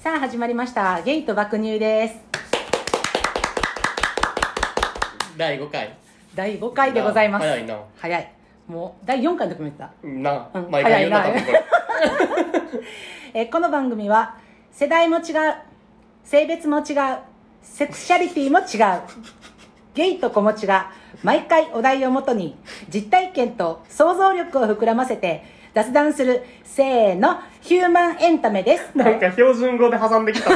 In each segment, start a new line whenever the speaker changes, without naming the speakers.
さあ始まりましたゲイと爆乳です
第5回
第5回でございます
早いな
早いもう第4回の時も言ってた
な、
うん
毎回言うな多
早いな
分これ
えーこの番組は世代も違う性別も違うセクシャリティも違うゲイと子持ちが毎回お題をもとに実体験と想像力を膨らませて雑談するせーのヒューマンエンタメです
なんか標準語で挟んできた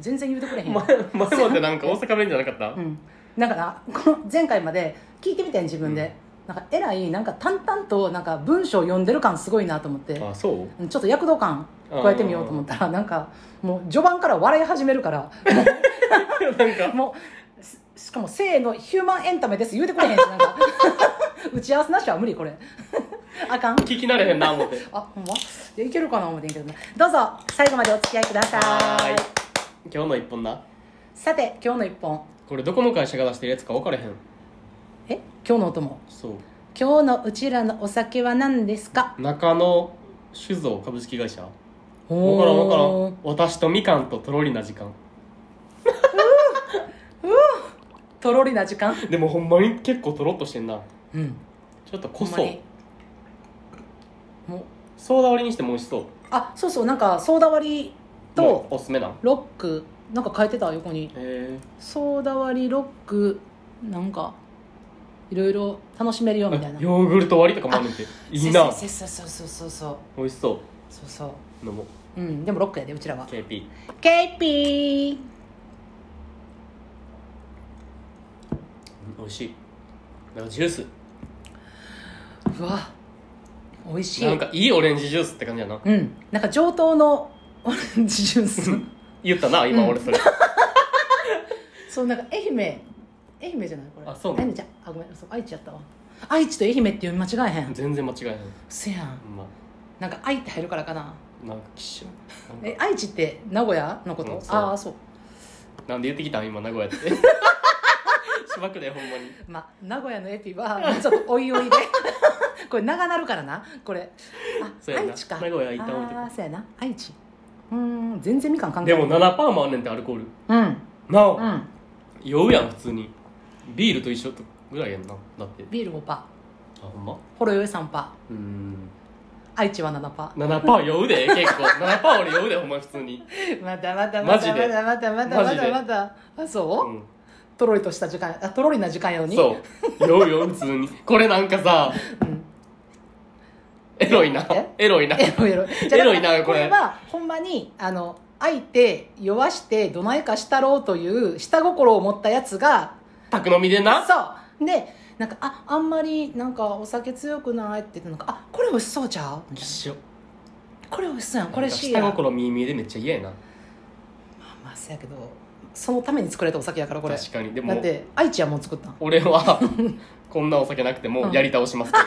全然言うてくれへん、
前前までなんか大阪弁じゃなかった、
うん、なんかなこの前回まで聞いてみてん自分で、なんかえらいなんか淡々となんか文章を読んでる感すごいなと思って
あそう
うんちょっと躍動感加えてみようと思ったらなんかもう序盤から笑い始めるから
なんか
もうししかも「せーのヒューマンエンタメです」言うてくれへんしなんか 打ち合わせなしは無理これ あかん
聞き慣れへん な思って
あほんまいやいけるかな思ってんけどなどうぞ最後までお付き合いください
はーい今日の一本な
さて今日の一本
これどこの会社が出してるやつか分からへん
え今日のお供
そう
今日のうちらのお酒は何ですか
中野酒造株式会社分
お
からん分からん私とみかんととろりな時間
とろりな時間
でもほんまに結構とろっとしてんな
うん
ちょっとこ
ほんま
そ
にもう
ソーダ割りにしても美味しそう
あそうそうなんかソーダ割り
も
と
うおすすめなん
ロックなんか書いてた横に
え
ソーダ割りロックなんかいろいろ楽しめるよみたいな
ヨーグルト割りとかもあんねんていいな
そうそうそうそうそうそう
美味しそ
そうそう
う飲もう
う、ん、でもロックやでうちらは
KP
ケイピー
美味しいなんかジュース
うわ美味しい
なんかいいオレンジジュースって感じやな
うんなんか上等のオレンジジュース
言ったな今
うん
俺それ、
そうなんか愛媛愛媛じゃないこれ
あそうな
愛
の
媛じゃあごめんそう愛知やったわ愛知と愛媛って読み間違えへん
全然間違いない
せやん
ほんま
なんか愛って入るからかな
なんかきっしょなん
え
か
愛知って名古屋のこと、
うんそう
ああそう
なんで言ってきたん今名古 屋ってしばくでほんまに
まあ名古屋のエピはちょっとおいおいで これ長なるからなこれあ
そうやな
愛知か
名古屋一旦置いてこう
ああそうやな愛知うーん全然みかん関係
で
ない
も7パーもあんねんってアルコール
うん
なあ、
うん
酔うやん普通にビールと一緒とぐらいやんなだって
ビール5パ
あほんま
ーほろ酔い3パ
うーん
ー愛知は7パ
7パー酔うで結構7パー俺酔うでほんま普通に
ーまだまだま
マジ
だま
で
だまだまだま
マジ
だ
で
まだあそう、
う
とろりとした時間あとろりな時間よ
ん
に
そう酔うよ普通に これなんかさ
うん
エロいな
え
エロいな
エロエロじゃあ
エロい
だ
な
から
これ
これはほんまにあの相手酔わしてどないかしたろうという下心を持ったやつが
宅飲みでな
そうでなんかああんまりなんかお酒強くないって言ってなんかあこれ美味しそうちゃうみ
き
た
っ
い
しょ
なこれ美味しそうやんこ
これ
れしいや
下
ん
心耳でめっちゃ嫌やな
まあそうやけどそのために作られたお酒やからこれ
確かにで
だっ
も
て愛知はもう作ったん
俺はこんなお酒なくてもやり倒しますけど、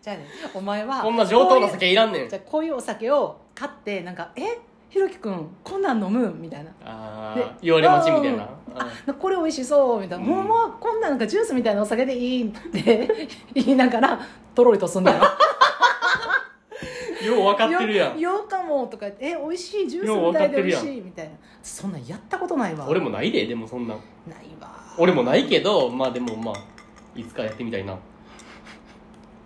じゃあねお前は
こんな上等
こう
な
いう
酒いらんねん
じゃあこういうお酒を買ってなんかえひろきくんこんなん飲むみたいな
ああ言われ待ちみたいな
あなこれ美味しそうみたいな、
うん
もうもうこんななんかジュースみたいなお酒でいいって 言いながらとろりとすんだよ
うんよう分かってるやん
よようかもとか言ってえ美味しいジュー
よう
スみ
わ
た
かっ
い
て
で
る
美
やん
味しいみたいなそんなんやったことないわ
俺もないででもそんなん
ないわ
俺もないけどまあでもまあいつかやってみたいな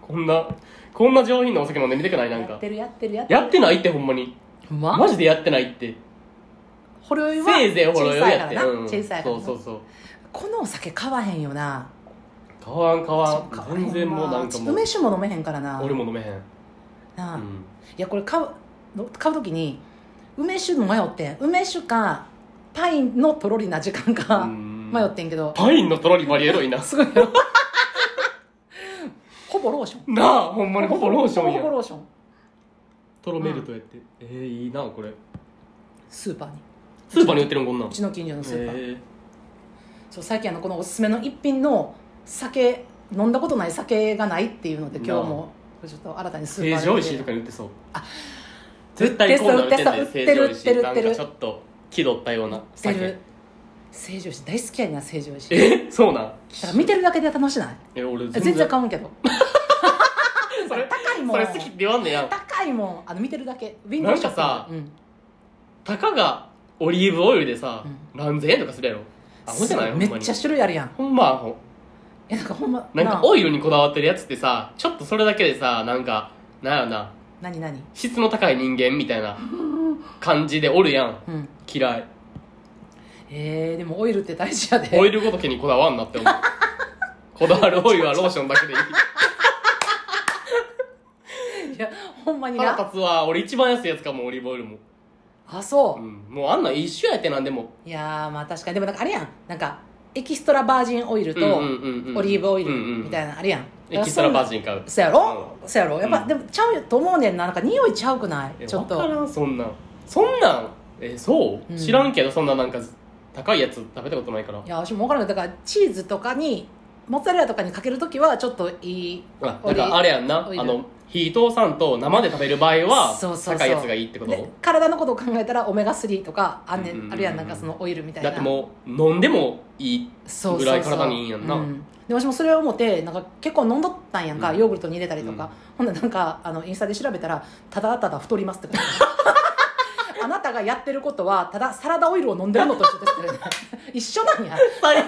こんなこんな上品なお酒飲んでみたくないなん
やっ
か
てるやってるやってる
やってないってほんまに
ほんま
マジでやってないって
ほろ酔いは
せいぜいほろ酔いやっ
小さ
て
いからな、
うん、そ
小さいからな
うそうそう
このお酒買わへんよな
買わん買わ
そう買
ん
わへ
全然もうなんかもう
梅酒も飲めへんからな
俺も飲めへん、
なあ、
う
い
ん、
やこれ買うの買う時に梅酒も迷ってん梅酒かパインのとろりな時間か、迷ってんけど
パインのとろりバリエロ いな
すごいよほぼローション
なあほんまにほぼローション
ほぼ
や
ローション
とろめるとやって、えー、いいなこれ
スーパーに
スーパーに売ってるんこんなん
うちの近所のスーパー、
え
そう最近あのこのおすすめの一品の酒飲んだことない酒がないっていうので今日もちょっと新たにス
ー、
ーパー
成城
で
石井とかに売ってそう
あ
絶対こんなん売ってんだ
売
よ
って
成
そう売
城
って
石
る
井
売ってる売
なんか
ってる
ちょっと気取ったような
成城
酒
成城石井大好きやねんな成城石井だ
えそうなん
から見てるだけで楽しない
え俺全
全然
然
買うんけど
それ
高いもん
それ好きって言わんねや
高ないもんあの見てるだけウィンドウショッピング
なんかさ
うん
たかがオリーブオイルでさ、何千円とかするやろアホじゃないほんま
め
に
っちゃ種類あるやん
ほんまアホ
えなんかほんま
なん
な
か
あ
オイルにこだわってるやつってさちょっとそれだけでさなんかなんやろな
何何
質の高い人間みた いな感じでおるやん
うん
嫌い
えー、でもオイルって大事やで
オイルごときにこだわん なって思うこだわるオイルはローションだけでいい
いやほんまに
腹
な
立つわ俺一番安いやつかもオリーブオイルも、
あそうう、
ん、もうあんなん一緒やってなんでも
いやーまあ確かにでもなんかあれやんなんかエキストラバージンオイルと
うんうんうんうん
オリーブオイル
うんうん
みたいなのあれやん
エキストラバー
ン
ジン買う
そうやろそうやろやっぱ、
うん
でもちゃうと思うねんななんか匂いちゃうくな
え
いちょっ
わか
と
らんそんなんそんなんえそう、
うん
知らんけどそんななんか高いやつ食べたことないから
いや私も分からないだからチーズとかにモッツァレラとかにかけるときはちょっといい
あ
オ
だ
リ
からあれやんな
オ
あ
イル
の火通さんと生で食べる場合
そうそうそ
は
う
高いやつがいいってこと
で体のことを考えたらオメガ3とかあんね
うんうんうん
ん
うん
あるやんなんかそのオイルみたいな
だってもう飲んでもいい
そうそうそう
ぐらい体にいいんやんな
うんで私もそれを思ってなんか結構飲んどったんやんか、
うん
ヨーグルトに入れたりとか、
うん
ほんでなんかあのインスタで調べたらただただ太りますって書いてある あなたがやってることはただサラダオイルを飲んでるの と一緒ですって一緒なんや
最悪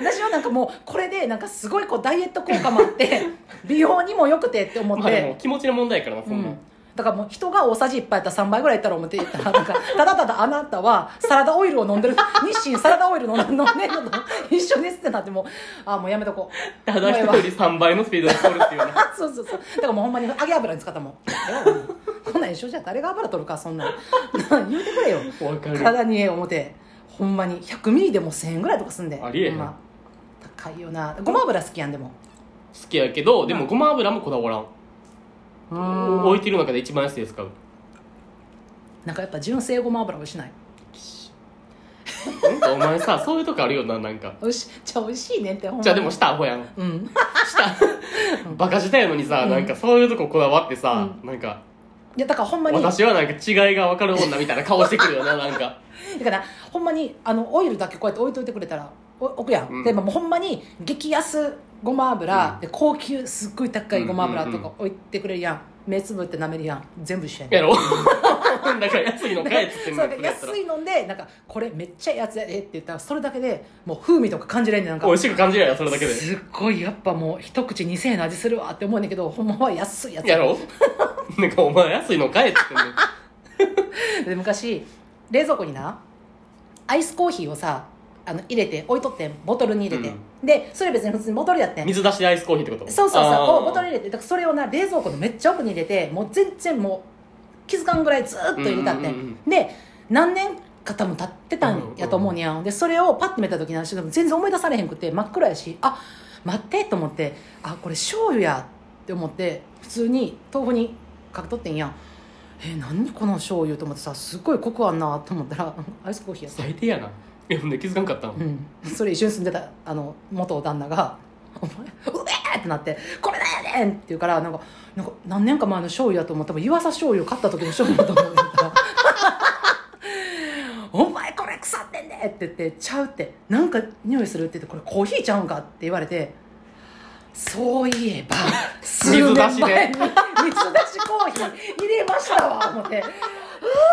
私はなんかもうこれでなんかすごいこうダイエット効果もあって美容にも良くてって思っ
まあでも
て、
気持ちの問題やからなそ
うん
なん、
ん、だからもう人が大さじ1杯やったら3杯ぐらいいったら思っていったらなんかただただあなたはサラダオイルを飲んでる日清サラダオイル飲んでるのねのと一緒ですってなってもうあもうやめとこう
ただ一人3倍のスピードで通るっていうような
あそうそうそうだからもうほんまに揚げ油に使ったもんええわこんなん一緒じゃ誰が油取るかそんなんな 言うてくれよ
わかる
体にええ思てほんまに100ミリでも1000円ぐらいとかすんで
ありえへん
ほんま高いよなごま油好きやんでも
好きやけどでもごま油もこだわらん
うん
置いてる中で一番安いやつ買う
なんかやっぱ純正ごま油美味しない
なんかお前さそういうとこあるよななんか
美味しいじゃあ美味しいねんってほんまに
じゃあでもしたアホやん
うん
したバカしたやのにさ、
うん
なんかそういうとここだわってさ、なんか
いやだからほんまにだか
私はなんか違いが分かる女みたいな顔してくる よななんから
ほんまにあのオイルだけこうやって置いといてくれたらお置くやん、
うん
でもうほんまに激安ごま油、
うん
で高級すっごい高いごま油
うん
と
うんうん
か置いてくれるやん、目つぶって舐めるやん全部一緒やねん
やろ なんか安いの買えっつってん
そ
の
う
に
だから
それやったら
安いのでなんかこれめっちゃいいやつやでって言ったらそれだけでもう風味とか感じれんねんなんか
美味しく感じるやろそれだけです
っごいやっぱもう一口2000円の味するわって思うねんだけどほんまは安いやつ
やろ なんかお前安いの買えっつってんのに
で昔冷蔵庫になアイスコーヒーをさあの入れて置いとってんボトルに入れて、でそれ別に普通にボトルやってん
水出しアイスコーヒーってこと
そうそう
あ
そ
ー
うボトルに入れてだからそれをな冷蔵庫のめっちゃ奥に入れてもう全然もう気づかんぐらいずーっと入れたってん、
うんうんうん
で何年か多分経ってたんやと思うにゃん、でそれをパッて見た時なんしでも全然思い出されへんくて真っ暗やしあ待ってと思ってあこれ醤油やって思って普通に豆腐にかけとってんやんえ何この醤油と思ってさすっごいコクあんなと思ったらアイスコーヒーやった
最低やなえほんで気づかんかったの、
うん、それ一緒に住んでたあの元旦那が「お前うえー!」ってなって「これだよねん!」って言うからなんかなんか何年か前の醤油だと思った多分湯浅醤油買った時の醤油だ と思ってたら「お前これ腐ってんで!」って言って「ちゃう」って「なんか匂いする」って言って「これコーヒーちゃうんか?」って言われてそういえば数
水
年
出しで
前に水出しコーヒー入れましたわ思って「うー!」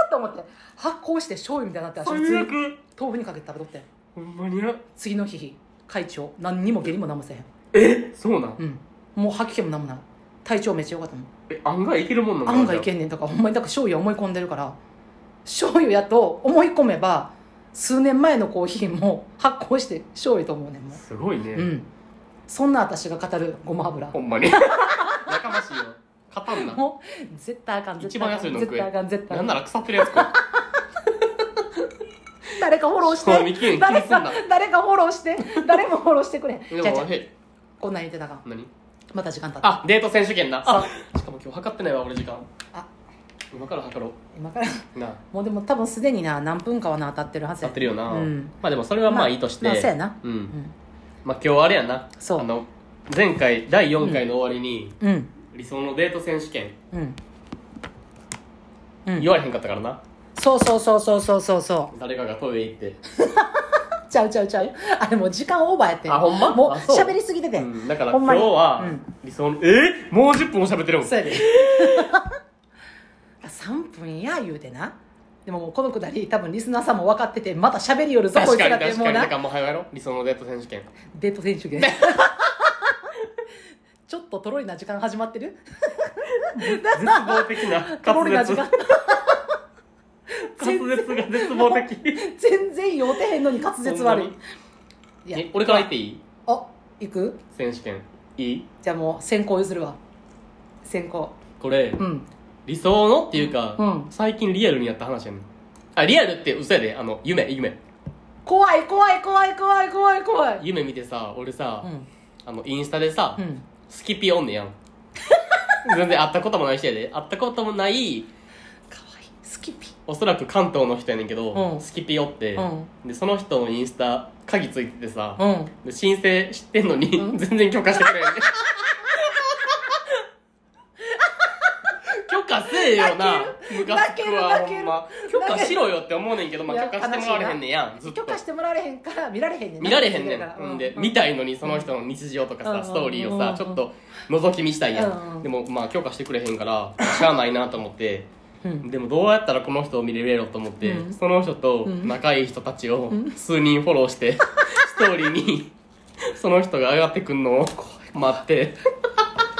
と思って発酵して醤油みたいになって私
最
普通に
悪
豆腐にかけて食べとってん。
ほんまにな
次の日会長何にも下痢も何もせえへん、
えそうなん
うん、もう吐き気も何もない体調めっちゃ良かったもん
え案外いけるもんなん
案外い
ん
けんねんとかほんまにだから醤油思い込んでるから醤油やと思い込めば数年前のコーヒーも発酵して醤油と思うねんも
すごいね、
う、うん、そんな私が語るごま油
ほんまに やかましいよ勝たんな
もう絶対あかん絶
一
対
番
あか
安い
ん
の
絶
食え
対あかん絶対
な
あ
ん
か
なんら腐ってるやつか
誰かフォローし
賞味期
て
限気に
誰
すんな
か誰かフォローして誰もフォローしてくれへん
で
じゃあじ
も
ゃあ
へ
こんなん言ってたらあかん
何
また時間経った
あデート選手権な
あ
しかも今日測ってないわ俺時間
あ
今から測ろ
今から
うなあ
もうでも多分すでにな何分かはな当たってるはず
合
や
ってるよな、
うん
まあでもそれはまあいいとして、
まあまあそうやな
う
うんん
まあ今日はあれやな
そう
あの前回第4回の終わりに、
うん
理想のデート選手権
うんうん
言われへんかったからな、
そうそうそうそうそうそうそ
誰かがトイレ行って
ちゃうちゃうちゃうあれもう時間オーバーやって
あほんま
もう
あそう
喋りすぎてて、
うん、だから
ほん
今
ま
日
に
は
うん
理想の、えもう10分も喋ってるもん
そうやで あ3分や言うてなでももうこのくだり多分リスナーさんも分かっててまた喋りよるぞこ
確
いつ
からに
って
確
も
か
う
にだ
な
からもう早やろ理想のデート選 手権
デート選手権 ちょっととろりな時間始まってる
絶望的な
とろ
滑
りな時
舌
間
滑舌が絶望的
全然酔うてへんのに 滑舌悪
ほんま
いいや
にえ俺から言っていい
あ行く
選手権いい
じゃあもう先行譲るわ先行
これ、
うん
理想のっていうか、
うん
最近リアルにやった話やねんあリアルって嘘やであの夢夢
怖い怖い怖い怖い怖い怖い
夢見てさ俺さ、
うん
あのインスタでさ、
うん
スキピおんね やん全然会ったこともない人やで会ったこともない
可愛いスキピ
おそらく関東の人やねんけど、
うん
スキピおって、
うん
でその人のインスタ鍵ついててさ、
うん
で申請してんのに、
うん
全然許可してくれん ねん許可せえよな
泣ける
ムカつくわ
泣ける
ほんま
泣け
許
る
可しろよって思うねんけど、ま
い
あ、
や
許可してもらわれへんねんやんずっと
許可してもらわれへんから見られへんねんな
見られへんね
だか
ん、
ら
ん、で見たいのにその人の日常とかさ、ストーリーをさ、ちょっと覗き見したいやん、でもまあ許可してくれへんからしゃあないなと思って
うん
でもどうやったらこの人を見れるやろと思って、その人と仲いい人たちを数人フォローして、ストーリーにその人が上がってくんのを待って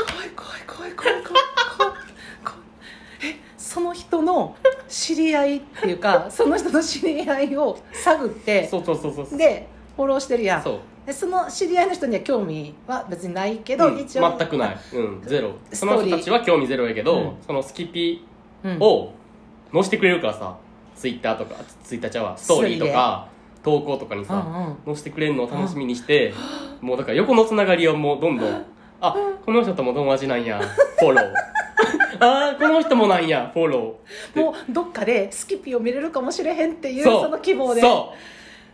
怖い怖い怖い怖い怖い怖い怖い怖いえその人の知り合いっていう かその人の知り合いを探って
そうそうそうそうそう
でフォローしてるやん
そう
でその知り合いの人には興味は別にないけど、
うん
一応
全くない、うん、ゼロ
ス
そ
トーリー
の人たちは興味ゼロやけど、
うん
そのスキピ
うん
を載せてくれるからさツイッターとかツイッターちゃうわストーリーとか投稿とかに
う
さ、
んうん
載せてくれるのを楽しみにして、もうだから横のつながりをもうどんどんあこの人とも友達なんやフォ ローあーこの人もなんやフォロー
もうどっかでスキピを見れるかもしれへんっていう
そう
その希望で
そ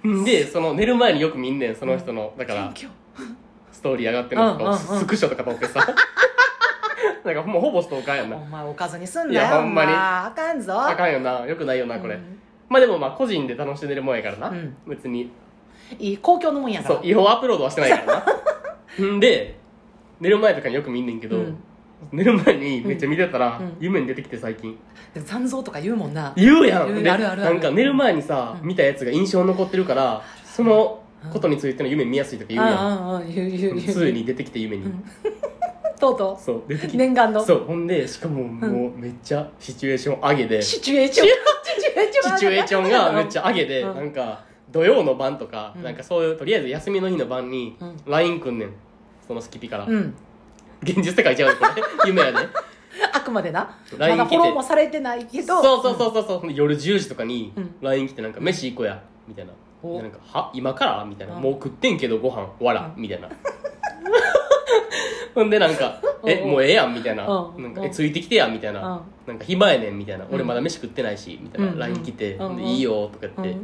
ううんでその寝る前によく見んねんその人のだから
謙虚
ストーリー上がってるのとかを
うんうんうん
スクショとか撮ってさ なんかもうほぼストーカーやんな
お前おかずにすん
い
なよ
やほんまに
あかんぞ
あかんよなよくないよなこれ、
うん
まあでもまあ個人で楽しんでるもんやからな、
うん
別に
いい公共のもんやから
そう違法アップロードはしてないから なんで寝る前とかによく見んねんけど、
うん
寝る前にめっちゃ見てたら、
うんうん
夢に出てきて最近
でも残像とか言うもんな
言うやん
言う
で
あるあるあ
な
る
んか寝る前にさ、
うん
見たやつが印象に残ってるからそのことについての夢見やすいとか言うやん、
うんうんうん言う言う言う
ついに出てきて夢に、
うんとうと
そう出てき
う
て
念願の
そうほんでしかももうめっちゃシチュエーション上げで、シ
シチュエーションシチュエーション
チュエーションがめっち
ゃ
ゃ上げで、
うん
なんか土曜の晩とか、
うん
なんかそういうとりあえず休みの日の晩に
うん
LINE くんねんそのスキピから、
うん
現実世界ちゃうよこれ夢やね
あくまでな ま
LINE
だ
来
フ
て
ォローもされてないけど
そうそうそうそうそう、夜10時とかに
うん
LINE 来てなんか「飯行こうや」みたいな「
お
でなんかは今から?」みたいな「
うん
もう食ってんけどご飯わら
う」
みたいな ほんでなんか「え
うん
もうええやん」みたいな
うん
「なんか
う
え
ん
ついてきてや」みたいな
うん
「なんか暇やねん」みたいな
ん
「俺まだ飯食ってないし」みたいな
うん
LINE 来て「
うん
でいいよ」とか言ってで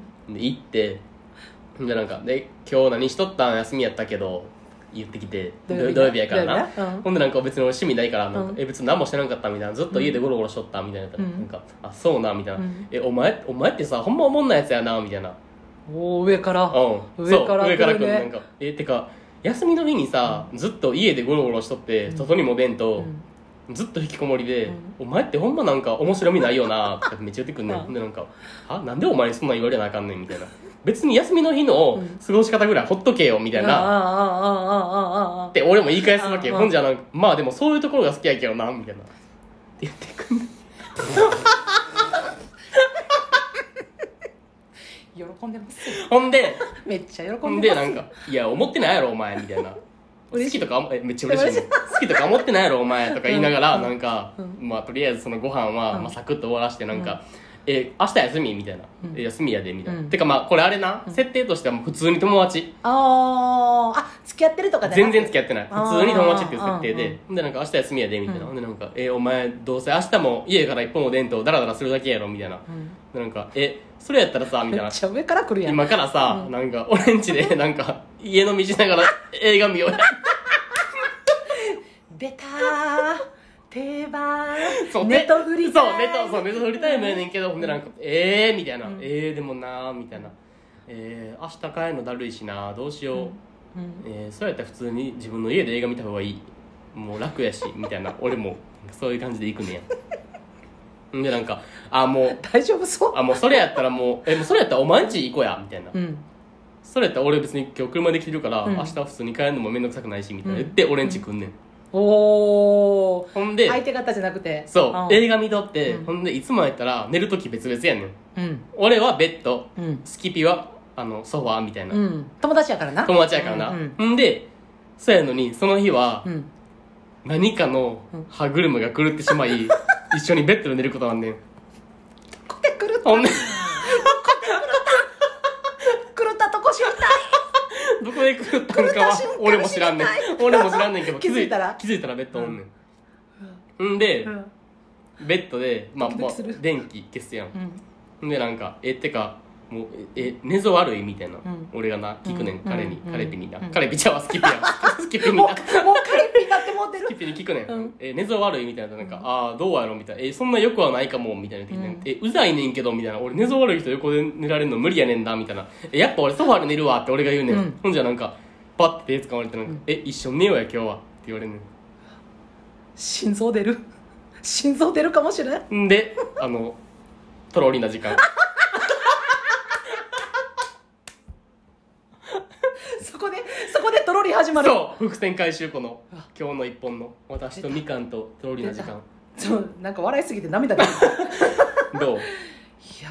行ってほんでなんか「で今日何しとったん休みやったけど」言ってきて土曜日やからな
土曜日うん
ほんでなんか別に俺趣味ないからなんか、
うん
え別に何もしてなかったみたいなずっと家でゴロゴロしとったみたいな,、
うん
なんかあそうなみたいな、
うん
えお前お前ってさほんまおもんなやつやなみたいな
おー上から
うん
上から
そ
来るね
う上から来るなんかえてか休みの日にさ、ずっと家でゴロゴロしとって、外にも出んと、ずっと引きこもりで、お前ってほんまなんか面白みないよなってめっちゃ言ってくんねん、
うん
ほんでなんか「あなんでお前にそんなん言われなあかんねん」みたいな別に休みの日の過ごし方ぐらいほっとけよみたいな、
な
って俺も言い返すわけよ
うん
ほんじゃなんかまあでもそういうところが好きやけどなみたいなって言ってくんね
喜んでますよ
ほんで
めっちゃ喜んでます
ほんでなんか「いや思ってないやろお前」みたいな「好
嬉し
き
い
とかあんえめっちゃ嬉しいね好きとか思ってないやろお前」とか言いながらなんかまあとりあえずそのご飯は
うん
まあサクッと終わらしてなんか「え明日休み?」みたいな
う
「
ん
え休みやで」みたいな
うん
てかまあこれあれな設定としてはもう普通に友達
あーあ付き合ってるとかじゃな
全
く
然付き合ってない
あー
普通に友達っていう設定
うんうん
でほんでなんか明日休みやでみたいな
うん
ほんでなんか「えお前どうせ明日も家から一歩も出んとダラダラするだけやろ」みたいな
うん
なんか「えそれやったらさ」み
め
たいな
っちゃ上から来るやん
今からさ、
う
なんか俺ん ちでなんか家飲みしながら映画見ようや
出たー定番
そう
ネ
で
ットフリ
そうネットそうネットフリタイムやねんけどほんでなんか「ええー」みたいな「ええー、でもなー」みたいな「えー、明日帰るのだるいしなどうしよう、
うんうん
えーそうやったら普通に自分の家で映画見た方がいいもう楽 やしみたいな俺もそういう感じで行くねやんでなんかあもう
大丈夫そう
あもうそれやったらもうえもうそれやったらお前んち行こうやみたいな、
うん
それやったら俺別に今日車で来てるから、
うん
明日普通に帰るのも面倒くさくないしみたいな言って、
うん
俺んち来んねん、
おお
ほんで
相手方じゃなくて
そう映画見とって、
うん
ほんでいつもやったら寝る時別々やねん
うん
俺はベッド
うん
スキピはあのソファーみたいな、
うん友達やからな
友達やからな、
うんうん
んでそうやのにその日は
うん
何かの歯車が狂ってしまい、 一緒にベッドで寝ることなんねん
こてくる
ほんで
くるったとこしよった
どこで狂った んか
狂った
は
瞬間
俺も知らんねん
知り
俺も知らんねんけ ど
気づいたら
気づいたらベッドおんねん、ん、で、
うん
ベッドで、まあ、
ドキ
ま
ド
あ
キする
電気消すやん
うん
でなんか「えってかもうええ寝相悪い?」みたいな、
ん
俺がな聞くねん、
うん
彼に、
うん
彼ピにな、
うん
彼ピちゃうわスキピや スキピに
もうもう
な
彼ピになってもうて
スキ
る
ピに聞くねん、
うん
え寝相悪いみたいななんか、ああどうやろみたいなえそんなよくはないかもみたいな言ってきて、
うん
えうざいねんけどみたいな俺寝相悪い人横で寝られるの無理やねんだみたいなえやっぱ俺ソファーで寝るわって俺が言うねん、
うん
ほんじゃなんかパッて手掴まれてなんか、え一緒に寝ようや今日はって言われるねん
心臓出る心臓出るかもしれない
んであのとろりな時間
そこでそこでとろり始まる
そう伏線回収この今日の一本の私とみかんととろりな時間
そうなんか笑いすぎて涙出る
どう
や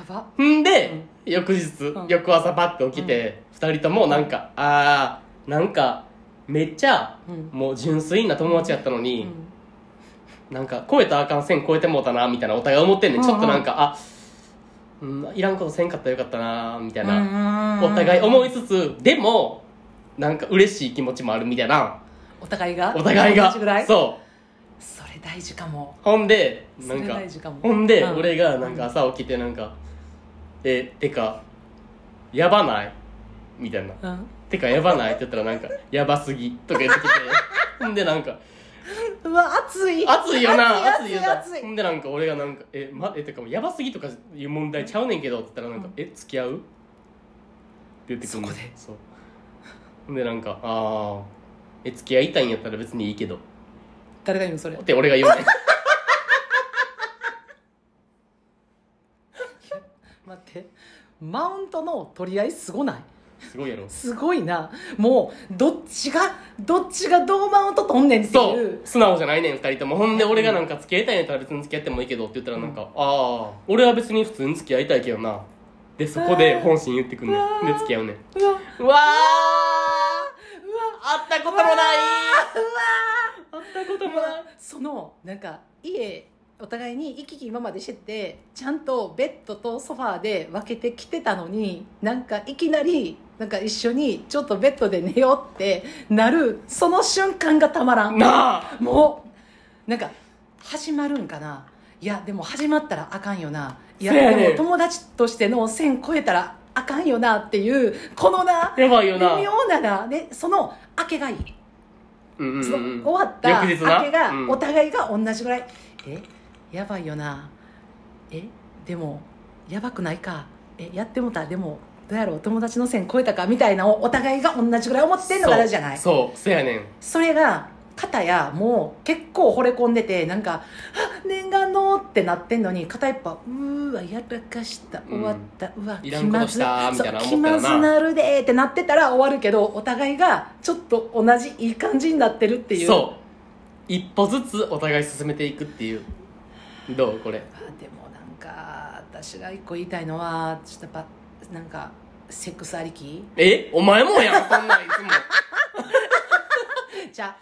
ば
んで、翌日、
ん
翌朝パッて起きて、二人ともなんか、あー、なんか、めっちゃ、
うん
もう純粋な友達やったの
う
に、
ん
なんか、超えたらあかん線超えてもうたな、みたいな、お互い思ってんね、ん。
うん
ち
うん
ょっとなんか、あ、うん、いらんことせんかったらよかったな、みたいな、
な
お互い思いつつ、でも、なんか嬉しい気持ちもあるみたいな、
お互いが
お互いが
同じぐらい
そう。
それ大事かも
ほんで、な
そ
ん
れ
か
大、事かも
ほんで、
うん
俺がなんか朝起きてなんか「えてかやばない?」みたいな
うん
「てかやばない?」って言ったらなんか「やばすぎ」とか 言ってきてほんでなんか
うわ熱い
「熱いよな熱
熱
い
い
よな
熱」い
ほんでなんか俺がなんか「え,、ま、えてかやばすぎ」とかいう問題ちゃうねんけどって言ったらなんか
うん
「え付き合う?」って言ってくる
そこで
そうほんでなんか「ああえ付き合いたいんやったら別にいいけど」
誰が言うのそれ
って俺が 言うねん
待ってマウントの取り合いすごない
すごいやろ
すごいなもうどっちがどっちがどうマウント取んねんって
そ
いう
う素直じゃないねん2人ともほんで俺がなんか付き合いたいんやったら別に付き合ってもいいけどって言ったらなんか、ああ俺は別に普通に付き合いたいけどなでそこで本心言ってくんね
うわ
ん
ー
で付き合うねん
うわうわ
う
う
わあったことも
わ
ないうあったこと
わそのなんか家お互いに行き来今までしててちゃんとベッドとソファーで分けてきてたのになんかいきなりなんか一緒にちょっとベッドで寝ようってなるその瞬間がたまらん
なあ
もうなんか始まるんかないやでも始まったらあかんよないや
そうやねん
でも友達としての線超えたらあかんよなっていうこのな
やばいよ
微
な
妙ななでその明けがいい、
うんうん
その
うん
終わった明
翌日な
けが、
うん
お互いが同じぐらいえやばいよなえでもやばくないかえやってもたでもどうやろう友達の線超えたかみたいなをお互いが同じぐらい思ってんのがあるじゃない
そうそうせやねん
それが片やもう結構惚れ込んでてなんか「あ念願の」ってなってんのに片一方「うーわやらかした
う
終
ん
わった、うわ
いらんことしたみたいな
そう
思
気
った
ま
らな
ずなるで」ってなってたら終わるけどお互いがちょっと同じいい感じになってるっていう
そう一歩ずつお互い進めていくっていうどうこれ
あでもなんか私が一個言いたいのはちょっとやっぱなんかセックスありき
えお前もやんそんなんい
じゃあ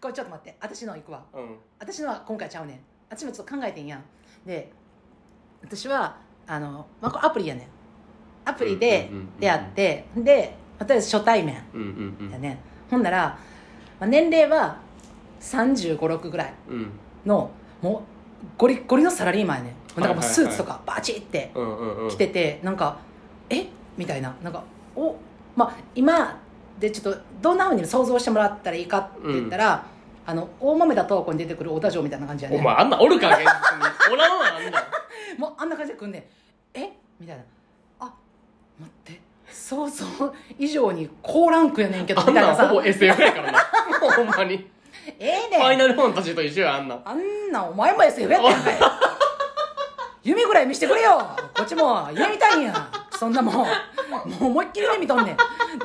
これちょっと待って私の行くわ
つもうん
私のは今回ちゃうねん私もちょっと考えてんやんで私はあの、まあ、これアプリやねんアプリで
うんうんうんうん
出会ってで私初対面
うんうん
やねんほんなら、まあ、年齢は3 5 6ぐらい
うんうん
のもうゴリッゴリのサラリーマンやねんだからもう
はいはいはい
スーツとかバチって
うんうんうん
着てて、なんかえみたいななんかおまあ今でちょっとどんなふうに想像してもらったらいいかって言ったら、あの大豆だとこに出てくるオタ嬢みたいな感じやね
お
ん
前あんなおるか現実におらんわあんな
もうあんな感じで来んねんえみたいなあ待って想像以上に高ランクやねんけど
あ
み
ん
たい
な
なんさ
ほぼ SF や からなほんま に
ええ
ファ
ね
イ
ん
ナルファンタジーと一緒やあんなん
あんなんお前も SF やったんかい夢ぐらい見してくれよこっちも夢みたいんやそんなもんもう思いっきり夢見とんねんで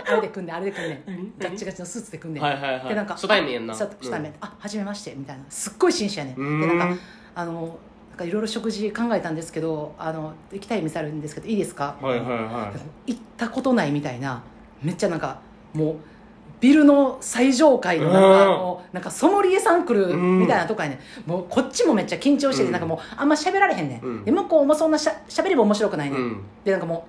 あれで組んであれで組んでんガッチガチのスーツで組んでん
はいはいはい
でなんか
初対面やんな
あそう初対面、あ初めましてみたいなすっごい紳士やねん
うーん
でなんかあのなんかいろいろ食事考えたんですけどあの行きたい店あるんですけどいいですか、
はいはいはい
行ったことないみたいなめっちゃなんかもうビルの最上階のなん
うん
かあのなんかソムリエさん来る
うん
みたいなとかやねんもうこっちもめっちゃ緊張して
う
て
ん
なんかもうあんま喋られへんねん、
うん
で向こうもそんなしゃ喋りも面白くないねん、
うん
でなんかも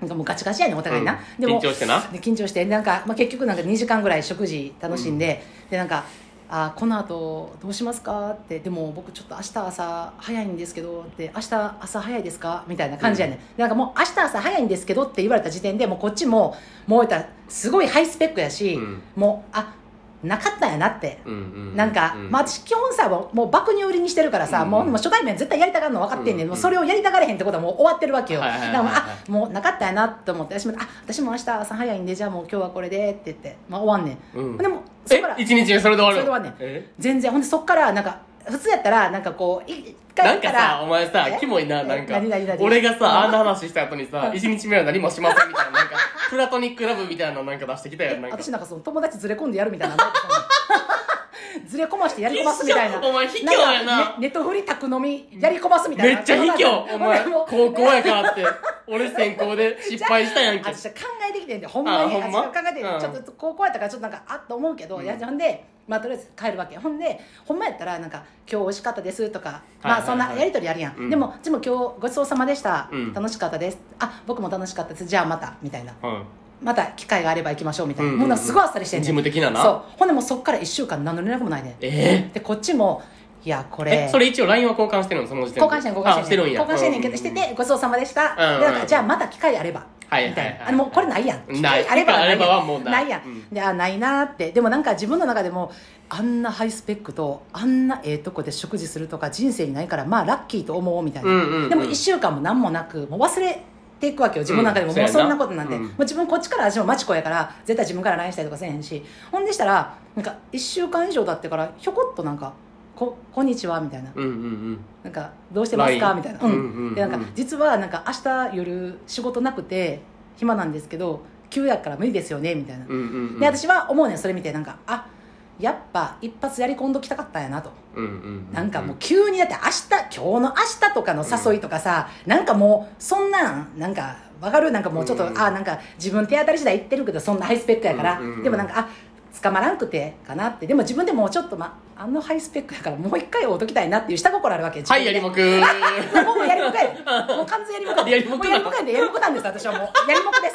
うなんかもうガチガチやねんお互いな、
うん
でも
緊張してな
で緊張してなんか、まあ、結局なんか2時間ぐらい食事楽しんで、でなんかあーこの後どうしますかってでも僕ちょっと明日朝早いんですけどって明日朝早いですかみたいな感じやね、ん、でなんかもう明日朝早いんですけどって言われた時点でもうこっちももう言ったらすごいハイスペックやし、
うん
もうあなかったんやなって
うんうん
なんか、
う
まあ、私基本さもうもう爆乳売りにしてるからさ、
うん
もうもう初対面絶対やりたがるの分かってんねん、
うん
もうそれをやりたがれへんってことはもう終わってるわけよ、
はいはいはいはい
だからもうあもうなかったやなと思って私もあ私も明日朝早いんでじゃあもう今日はこれでって言って、まあ、終わんねん、
うん
でもそ
え
こから
一日目それで終
そ
わるの
れで終わんねん
え
全然ほんでそっからなんか普通やったらなんかこうい一回行
なん
っ
か
た
さ
ら
お前さ
え
キモいななんか
何何何
俺が
うん
さあんな話した後にさ一日目は何もしませんみたいななんかプラトニックラブみたいなのなんか出してきたやんなんか
私なんかその友達ずれ込んでやるみたいなのないかそんな ずれ込ましてやりこますみたいな
一 緒お前卑怯やなん
かねネットフリ宅飲みやりこますみた
め
いな
っちゃ 卑怯お前
もう
高校やから って俺専攻で失敗したやんけ
あ私考えてきてんでほんまに
あほんま
私が考えて、
うん
ちょっと高校やったからちょっとなんかあっと思うけど、
うん
いやほんでまあとりあえず帰るわけほんでほんまやったらなんか「今日美味しかったです」とか、
はいはいは
まあ
い
そんなやり取りあるやん、
うん
でも「でも今日ごちそうさまでした、
うん
楽しかったです」あ「僕も楽しかったですじゃあまた」みたいな
うん
「また機会があれば行きましょう」みたいな、
うんうん
も
う
うんなんかすごいあっさりしてん
事
ねん
務的なな
そうほんでもうそっから1週間何の連絡もないねん
え
でこっちも「いやこ
ー
れ
えそれ一応 LINE は交換してるのその時点
交
で
換してん交換
あ
し
してて
ん
るんや
交換してんねんけど、
う
しててごちそうさまでした、
うんうん
でなんかじゃあまた機会あれば、
はいはいはい
みたいなあのもうこれないやん
ない
機会あればはない
機会あればはもうない
やん、
うん
であないなーってでもなんか自分の中でもあんなハイスペックとあんなええとこで食事するとか人生にないからまあラッキーと思うみたいな、
うんうんうん
でも1週間も何もなくもう忘れていくわけよ自分の中でも、
うん
もう
そう
そ
や
ん
な
なことなんて、
うん
もう自分こっちから私もマチコやから絶対自分から LINE したりとかせえへんしほんでしたらなんか1週間以上だってからひょこっとなんか「ここんにちは」みたいな
うんうんうん
なんかどうしてますか
LINE
みたいな,、
うんうんうん
でなんか実はなんか明日夜仕事なくて暇なんですけど急やから無理ですよねみたいな、
うんうんうん
で私は思うねんそれ見てなんかあやっぱ一発やり込んどきたかったんやなと、
うんうんう
なんかもう急にだって明日今日の明日とかの誘いとかさ、なんかもうそんなんなんかわかるなんかもうちょっと、
うんうん
あなんか自分手当たり次第言ってるけどそんなハイスペックやから、
うんうんうん
でもなんかあ捕まらんくてかなってでも自分でもうちょっと、ま、あのハイスペックやからもう一回会うときたいなっていう下心あるわけ自
は
分
い
で
やり まくー
もうやりもく やでもう完全やりもくで
やりも
も
く
う
な
やりもくやでやりもくなんです私はもうやりもくで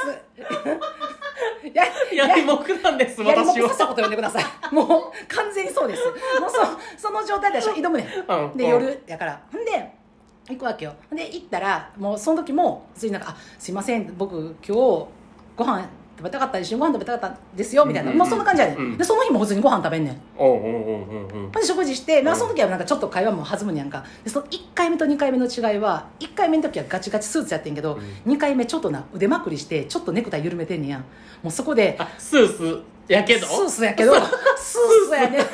す や
やりもくなんです
やりも
私
くささ
は
こと呼んでくださいもう完全にそうですもうそその状態で私は挑むねん、
うん
で夜やからほんで行くわけよほんで行ったらもうその時も普通になんか「あすいません僕今日ご飯食べたかったり一緒にご飯食べたかったんですよ」みたいな、
うんうん
もうそんな感じやねん、
うん
でその日も普通にご飯食べんねん
おうんうんうんうんうん
ほんで食事して、まあ、
うん
その時はなんかちょっと会話も弾むんやんかでその1回目と2回目の違いは1回目の時はガチガチスーツやってんけど、2回目ちょっとな腕まくりしてちょっとネクタイ緩めてんねやんもうそこで
あスースやけど
スースーやけどスースーやねんスー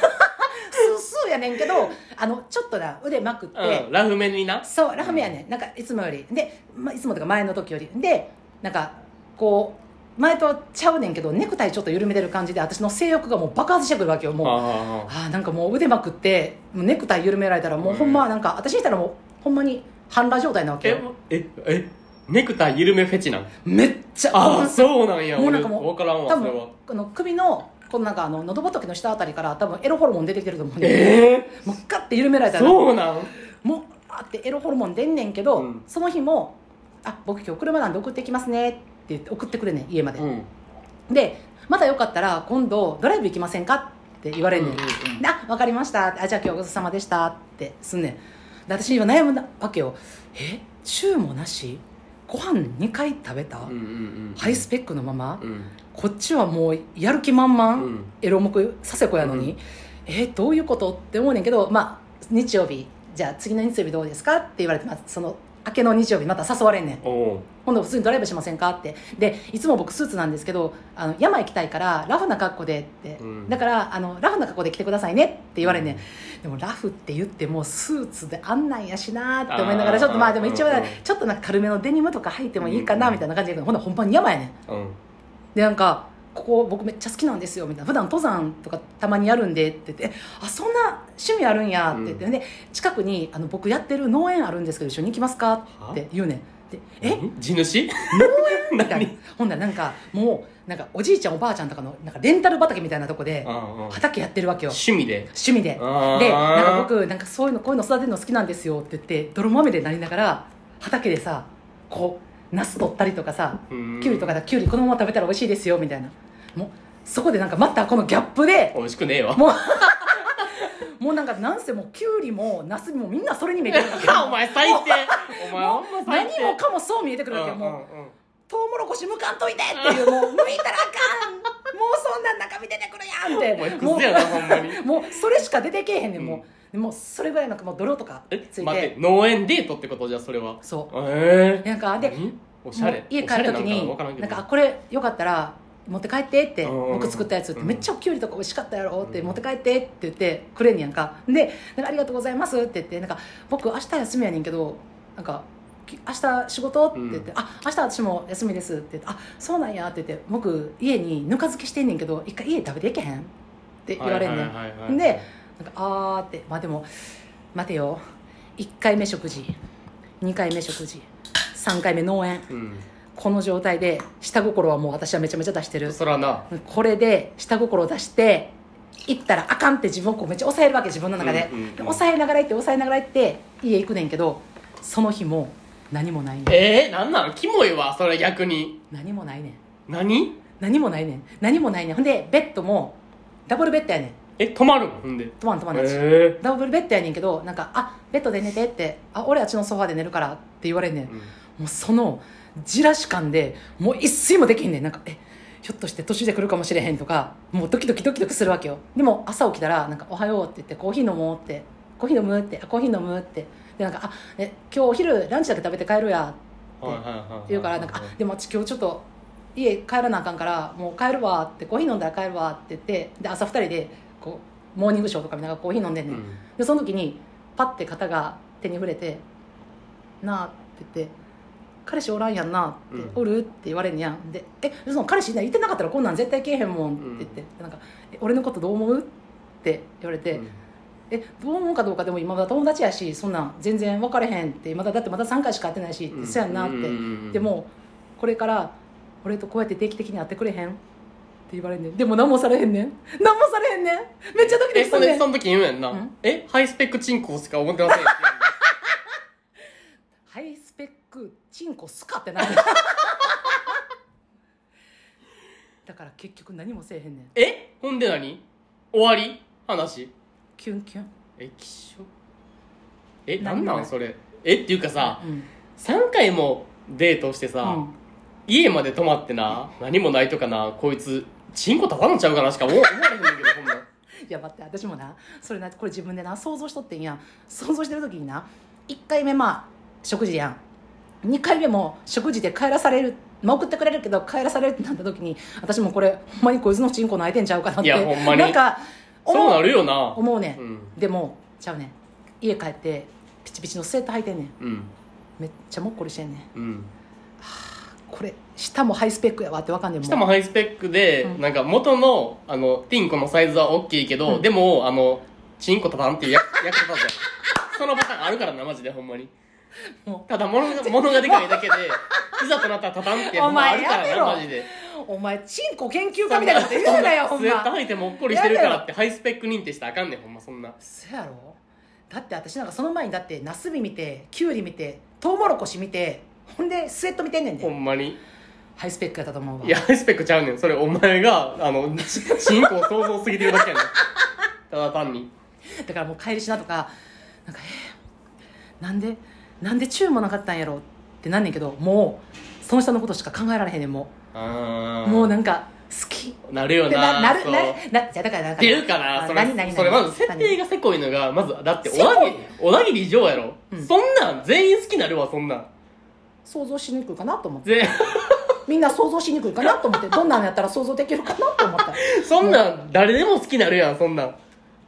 スーやねんけどあのちょっとな腕まくって、
うんラフめにな
そうラフメやねんなんかいつもよりで、まあ、いつもとか前の時よりでなんかこう前とちゃうねんけどネクタイちょっと緩めてる感じで私の性欲がもう爆発してくるわけよもう
ああ
あーなんかもう腕まくってもうネクタイ緩められたらもうほんまなんか、私にしたらもうほんまに半裸状態なわけ
え
よ
ええネクタイ緩めフェチなん
めっちゃ
あ
う
あ
ん
そうなんや
もう
俺
なんかもう
分からんわ
多
それ
分
は
この首のこのなんかあの喉仏の下あたりから多分エロホルモン出てきてると思うねん
え
もうガッて緩められ
え
たらもう
そうなん
あってエロホルモン出んねんけど、
うん
その日も「あ僕今日車なんで送ってきますね」って言って送ってくれんねん家まで、
うん
で「またよかったら今度ドライブ行きませんか?」って言われんねん、
う
あわかりましたあじゃあ今日ごちそうさまでしたってすんねんで私今悩むわけよえ中もなしご飯2回食べた、
んうんうんうん
ハイスペックのまま、
うん
こっちはもうやる気満々、
うん
エロ目させこやのに、
うん
えどういうことって思うねんけどまあ日曜日じゃあ次の日曜日どうですかって言われてますその明けの日曜日また誘われんねん
おお
今度普通にドライブしませんかってでいつも僕スーツなんですけどあの山行きたいからラフな格好でって、
うん
だからあのラフな格好で来てくださいねって言われんねんでもラフって言ってもうスーツであんなんやしなーって思いなが
あ
ら
ー
ちょっとまあでも一応
うんうん
ちょっとなんか軽めのデニムとか履いてもいいか
う
なんみたいな感じでほんなら本番に山やねん
うん
でなんかここ僕めっちゃ好きなんですよみたいな普段登山とかたまにやるんでって言ってえあそんな趣味あるんやって言って、
う
で近くにあの僕やってる農園あるんですけど一緒に行きますかって言うねんでえ
何地主
みたい なほんならなんかもうなんかおじいちゃんおばあちゃんとかのなんかレンタル畑みたいなとこで
うんうん
畑やってるわけよ
趣味で
趣味でで
あー
なんか僕なんかそういうのこういうの育てるの好きなんですよって言って泥まみれになりながら畑でさこうナス取ったりとかさ
うん
きゅうりとかだきゅうりこのまま食べたら美味しいですよみたいなもうそこでなんかまたこのギャップで
美味しくねえわ
もうもうなんかなんせもうきゅうりもナスもみんなそれに見えてくるわけ
お前最低 お前
も
ほ
うん
ま最
何
低
もかもそう見えてくるわけよもう。
うんうんうん
トウモロコシむかんといてっていうもう剥いたらあかんもうそんなん中身出てくるやんって
お前ク
も
ズやなほんまに
うもうそれしか出てけえへんねん、もうもうそれぐらいなんかもう泥とか
え
つい
待ってて農園デートってことじゃあそれは
そ
え
う
え
なんかで
何おしゃれ
もう家帰る時に
おしゃれなんかわからんけ
なん
ど
かあこれよかったら持って帰ってって
うんうんうん
僕作ったやつって
うん
めっちゃきゅうりとか美味しかったやろって
うん
持って帰ってって言ってくれんねやんかでなんかありがとうございますって言ってなんか僕明日休みやねんけどなんかき明日仕事って言って、あ明日私も休みですって言ってあそうなんやって言って僕家にぬか漬けしてんねんけど一回家食べていけへんって言われんねん、
はいはいはいはい
でなんかあーってまあでも待てよ1回目食事2回目食事3回目農園
うん
この状態で下心はもう私はめちゃめちゃ出してる
そらな
これで下心を出して行ったらあかんって自分をこうめっちゃ抑えるわけ自分の中で,、
うんうんうん
で抑えながら行って抑えながら行って家行くねんけどその日も何もないねん
えー、なんなんキモいわそれ逆に
何もないねん
何
何もないねん何もないねんほんでベッドもダブルベッドやねん
え止まるんほんで
とまんとまんなし、
え
ダブルベッドやねんけどなんか「あベッドで寝て」って「あ俺あっちのソファーで寝るから」って言われんねん
ーうん
もうそのじらし感でもう一睡もできひんねんなんかえひょっとして年で来るかもしれへんとかもうドキドキドキドキするわけよでも朝起きたら「なんかおはよう」って言って「コーヒー飲もう」って「コーヒー飲む」って「あコーヒー飲む」ってでなんか「あえ今日お昼ランチだけ食べて帰るや」
はいはいはいはい
って言うからなんか「あでも私今日ちょっと家帰らなあかんからもう帰るわ」って「コーヒー飲んだら帰るわ」って言ってで朝二人でこうモーニングショーとか見ながらコーヒー飲んでん
う
ねん、
ん
でその時にパッて肩が手に触れて「なあ」って言って「彼氏おらんやんな」って「
うん
おる?」って言われんねやんで「えその彼氏いない言ってなかったらこんなん絶対けえへんもん」って言って「なんかえ俺のことどう思う?」って言われて「
うん
えどう思うかどうかでも今まだ友達やしそんなん全然分かれへん」って「まだだってまだ3回しか会ってないし」って「そうやんな」って、
うんうんうんうん
でもこれから俺とこうやって定期的に会ってくれへんって言われんねんでも何もされへんねん何もされへんねんめっちゃドキド
え
キす
そ
るね
れ
ん
その時言うやんな、
うん
えハイスペックチンコしか思ってません
ハイスペックチンコすかってなるだから結局何もせえへんねん
えほんで何終わり話
キュンキュン
えきしょえ
何
何
も
なんそれえっていうかさ
うん
3回もデートしてさ、
うん
家まで泊まってな何もないとかなこいつチンコ立たんのちゃうかなしか思思われへんねんけどほんま
い や待って私もなそれなこれ自分でな想像しとってんやん想像してる時にな1回目まあ食事やん2回目も食事で帰らされる、まあ、送ってくれるけど帰らされるってなった時に私もこれほんまにこいつのチンコ泣いてんちゃうかなって
いやほんまに
なんか
そう
思
な
う
るよな
思うねん、
うん
でもちゃうねん家帰ってピチピチのスウェット履いてんねん
うん
めっちゃもっこりしてんねん
うん
これ下もハイスペックやわってわかんねんもん
下もハイスペックで、
うん
なんか元のあのティンコのサイズは大きいけど、
うん
でもあのチンコたたん っていうや役立たずやそのパターンあるからなマジでほんまに
も
ただ物が物がでかいだけでいざとなったらたたんってほんまあるか
お前や
ら
めろ
なマジで
お前チンコ研究家みたいなこと言うなよほん
スウェット
ま
履いてもっこりしてるからってハイスペック認定したらあかんねんほんまそんな
そやろだって私なんかその前にだってナスビ見てキュウリ見てトウモロコシ見てほんでスウェット見てんねん
ほ
で
んまに
ハイスペックやったと思うわ
いやハイスペックちゃうねんそれお前があのちチンコを想像すぎてるだけやねんただ単に
だからもう帰りしなとかなんかえーなんでなんでチューもなかったんやろってなんねんけどもうその下のことしか考えられへんねんもう
あー
もうなんか好き
なるよ
でな
な
なる
そう
ななじゃあだからだ
っていうかなそれ
何何
それまず
何
設定がせこいのがまずだって
せこい
小田切小田切以上やろ、
うん
そんなん全員好きになるわそんなん
想像しにくいかなと思って
全
みんな想像しにくいかなと思ってどんなんやったら想像できるかなと思った
そんなん誰でも好きになるやんそんなん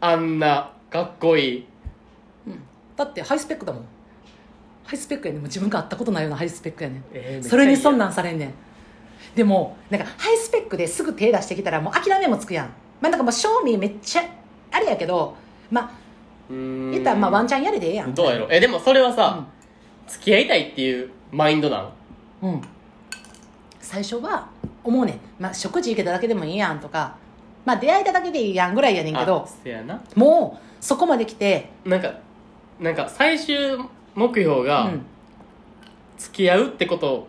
あんなかっこいい
だってハイスペックだもんハイスペックやねんもう自分が会ったことないようなハイスペックやねん
えー
それにそんなんんされんねんでもなんかハイスペックですぐ手出してきたらもう諦めもつくやんまあなんかもう賞味めっちゃあれやけどまあ
うーん
言ったらまあワンチャンやれでええやん
どうやろえでもそれはさ、付き合いたいっていうマインドなの
うん、うん最初は思うねん、まあ、食事行けただけでもいいやんとかまあ出会えただけでいいやんぐらいやねんけど
あせやな
もうそこまで来て
なんかなんか最終目標
う
が
ん
付き合うってこと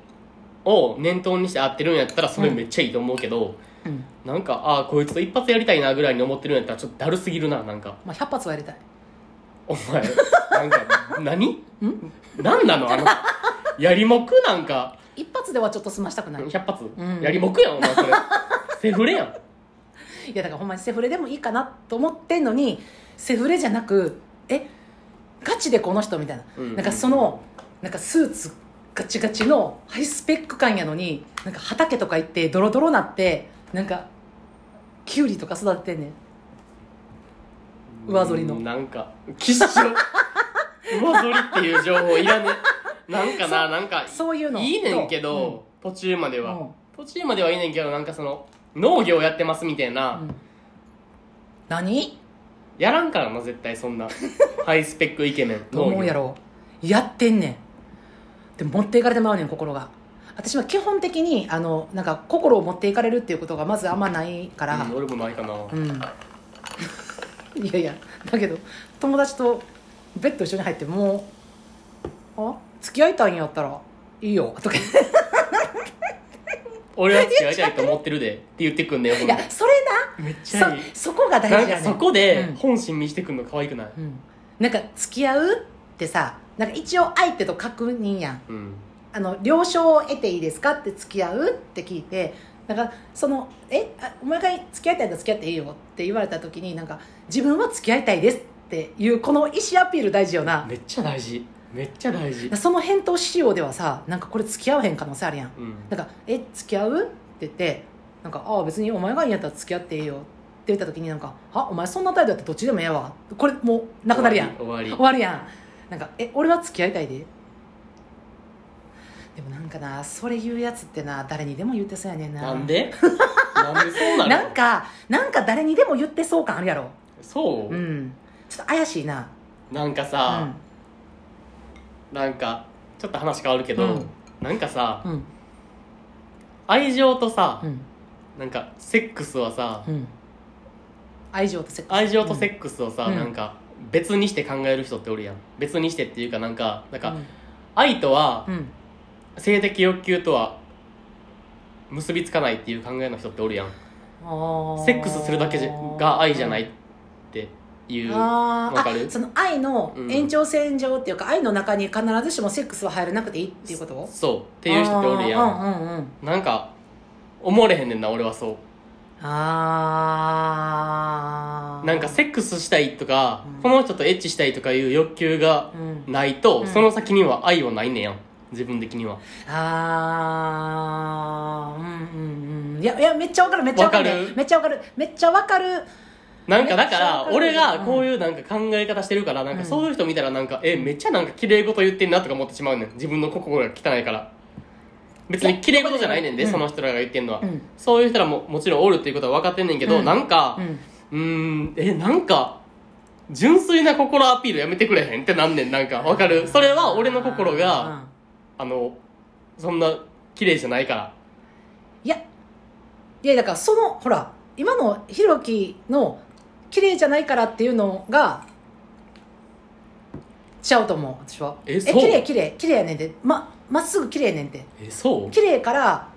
を念頭にして合ってるんやったらそれめっちゃいいと思うけど、
うん
なんかああこいつと一発やりたいなぐらいに思ってるんやったらちょっとだるすぎるななんか
まあ、100発はやりたい
お前な んか何何なのあのやりもくなんか
一発ではちょっと済ましたくないい
100発、
うん
やりもくやんお前それセフレやん
やだからほんまにセフレでもいいかなと思ってんのにセフレじゃなくえガチでこの人みたいな、
うん
なんかそのなんかスーツガチガチのハイスペック感やのになんか畑とか行ってドロドロなってなんかキュウリとか育ててんねん上剃りの
うんなんかきっしょ上剃りっていう情報いらねなんかななんか
そういうの
いいねんけど、途中までは、途中まではいいねんけどなんかその農業やってますみたいな、
うんうん何
やらんからな絶対そ んなハイスペックイケメン
と思うやろやってんねんでも持っていかれてまうねん心が私は基本的にあのなんか心を持っていかれるっていうことがまずあんまないか
農
ら
業うん、俺もないかな、
うん、いやいやだけど友達とベッド一緒に入ってもう「あ付き合いたいんやったらいいよ」とかい
俺は付き合いたいと思ってるでって言ってくんねよほんま
やそれ
めっち
な
ゃいい
そそこが
な
大事
んか
やね
そ
ん
こで
うん
本心見してくんの可愛くない
うん、なんか付き合うってさなんか一応相手と確認やん
うん
あの了承を得ていいですかって付き合うって聞いてだからその「えあお前が付き合いたいんだ付き合っていいよ」って言われた時になんか自分は付き合いたいですっていうこの意思アピール大事よな
めっちゃ大事めっちゃ大事
その返答仕様ではさなんかこれ付き合わへん可能性あるやん
うん
なんか「え付き合う?」って言って「なんかああ別にお前がいいんやったら付き合っていいよ」って言った時になんか「あお前そんな態度やったらどっちでもええわ」これもうなくなるやん
終わり終
終
わ
わるやんなんか「え俺は付き合いたいで」でもなんかなそれ言うやつってな誰にでも言ってそうやねん
り
な
なんでなんでそうなの
なんかなんか誰にでも言ってそう感あるやろ
そうう、
んちょっと怪しいな
なんか
う
さ
ん、
なんかちょっと話変わるけど、
うん
なんかさ
うん
愛情とさ、
うん
なんかセックスはさ、
うん愛情とセックス
愛情とセックスをさ、
うん
なんか別にして考える人っておるやん別にしてっていうかなんかなん
う
か
ん
愛とは
うん
性的欲求とは結びつかないっていう考えの人っておるやん
あー
セックスするだけじゃが愛じゃないっていう
あー
わかる
あその愛の延長線上っていうか、愛の中に必ずしもセックスは入らなくていいっていうことっ
そうっていう人っておるや
うん
ん
うんうん
なんか思われへんねんな俺はそう
あー
なんかセックスしたいとか、
うん
この人とエッチしたいとかいう欲求が
うん、
ないと、
うん
その先には愛はないねんやん自分的には
あーうんうんうんいやいやめっちゃわかるめっちゃわかる
わかる
めっちゃわかるめっちゃわかる
なんかだか
めっちゃわからる
俺がこういうなんか考え方してるからなん
う
か
ん
そういう人見たらなんか、えめっちゃなんか綺麗事言ってんなとか思ってしまうねん自分の心が汚いから別に綺麗事じゃないねんで、
うん
その人らが言ってんのは、
うん
そういう人らももちろんおるっていうことは分かってんねんけど、
うん
なんか
うん
うーんえなんか純粋な心アピールやめてくれへんってなんねんなんかわかるそれは俺の心が、
うん
あのそんな綺麗じゃないから
いやいやだからそのほら今のひろきの綺麗じゃないからっていうのがちゃうと思う私は
えそう
綺麗綺麗綺麗やねんってままっすぐ綺麗やねんって
えそう
綺麗から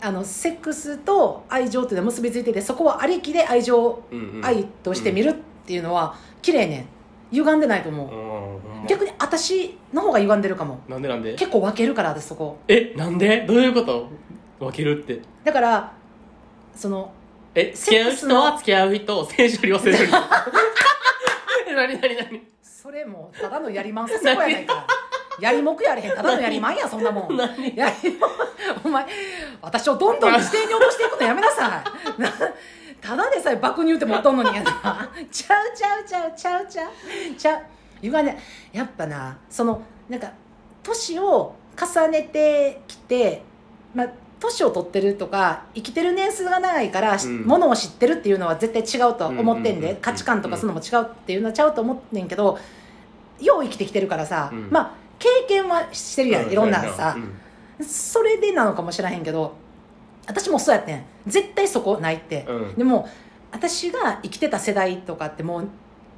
あのセックスと愛情っていうのは結びついててそこはありきで愛情
うんうん
愛として見るっていうのは綺麗ねん歪んでないと
うん
思
ほん
う
ま
逆に私の方が歪んでるかも
なんでなんで
結構分けるから私そこ
えなんでどういうこと分けるって
だからその
え付き合う人は付き合う人性処理は性 処理え何何何
それもただのやりまんさせこやないかやりもくやれへんただのやりまんやそんなもん
何
やりもんお前私をどんどん犠牲に落としていくのやめなさいなただでさえ爆乳って持っとんのにやなちゃうちゃうちゃうちゃうちゃうちゃう言わねやっぱなそのなんか年を重ねてきてまあ年を取ってるとか生きてる年数が長いから、し
うん
ものを知ってるっていうのは絶対違うとは思ってん
うんうんうん
で
うん
価値観とかそのも違うっていうのはちゃうと思ってんけどよう生きてきてるからさ、
うん
まあ経験はしてるやんいろんなさ
う、ん
それでなのかもしれへんけど私もそうやってん絶対そこないって、
うん
でも私が生きてた世代とかってもう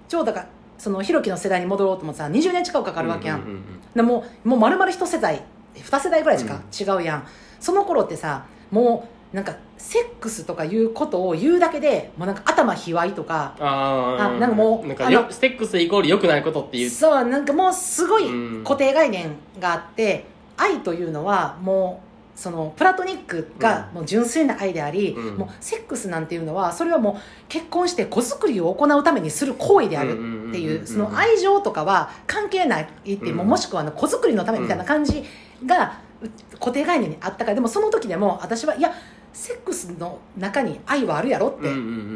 ちょうどだからそのひろきの世代に戻ろうと思ってさ20年近くかかるわけやん,、
ううう
でもうもう丸々一世代二世代ぐらいしか違うやん、その頃ってさもうなんかセックスとかいうことを言うだけでもうなんか頭卑猥とか
あー
あなんかもう
なんかよ
あの
ステックスイコール良くないことっていう
そうなんかもうすごい
うん
固定概念があって、愛というのはもうそのプラトニックが
うん
もう純粋な愛であり、
うん
もうセックスなんていうのはそれはもう結婚して子作りを行うためにする行為である
っ
っていうその愛情とかは関係ないって、
うん
もうもしくはあの子作りのためみたいな感じがう固定概念にあったからでもその時でも私はいやセックスの中に愛はあるやろって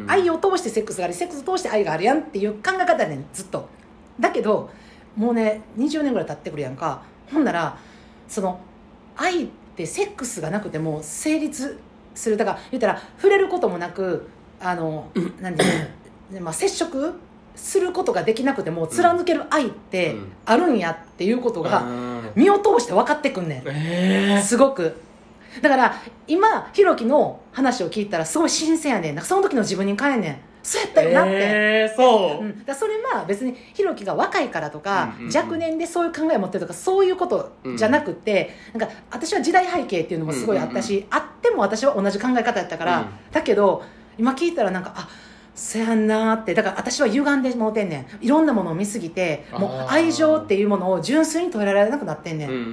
愛を通してセックスがありセックスを通して愛があるやんっていう考え方やねんずっとだけどもうね20年ぐらい経ってくるやんかほんならその愛ってセックスがなくても成立するだから言ったら触れることもなくあの何て言うの、まあ、接触することができなくても貫ける愛って
うん
あるんやっていうこと
と
が身を通して分かってくんねん
え
すごくだから今ひろきの話を聞いたらすごい新鮮やねんなんかその時の自分に変えんねんそうやったよなって、、
えーそううん
だからそれは別にひろきが若いからとか、
うんうんうん
若年でそういう考えを持ってるとかそういうことじゃなくて、なんか私は時代背景っていうのもすごいあったし、あっても私は同じ考え方やったから、
うん
だけど今聞いたらなんかあそやんなーってだから私は歪んでもうてんねんいろんなものを見すぎてもう
あー
愛情っていうものを純粋に捉えられなくなってんねん
うんうんうんう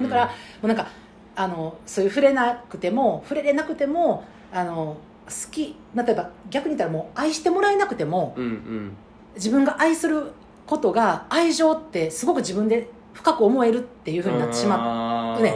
ん
だからもうなんかあのそういう触れなくても触れれなくてもあの好き例えば逆に言ったらもう愛してもらえなくても
うんうん
自分が愛することが愛情ってすごく自分で深く思えるっていうふうになってしま
ま
うね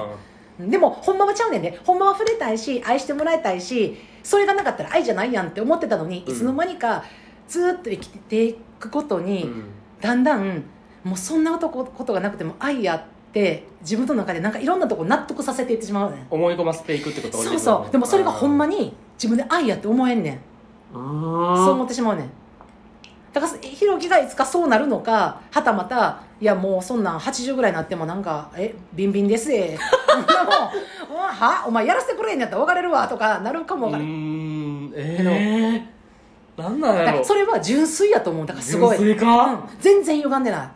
うでもほんまはちゃうねんねほんまは触れたいし愛してもらいたいしそれがなかったら愛じゃないやんって思ってたのに、
うん
いつの間にかずーっと生きていくことに、
うん
だんだんもうそんなことがなくても愛やって自分の中でなんかいろんなとこ納得させていってしまうねん
思い込ませていくってこと
そうそうでもそれがほんまに自分で愛やって思えんねんそう
そ
思ってしまうねんだからひろきがいつかそうなるのかはたまたいやもうそんなん80ぐらいになってもなんか「えビンビンですえ」 そんなもんうんはお前やらせてくれんやったら別れるわ」とかなるかもわ
う
からん
んええなんなん
だ
や
か
ろ
らそれは純粋やと思うだからすごい
純粋か
うん全然歪んでない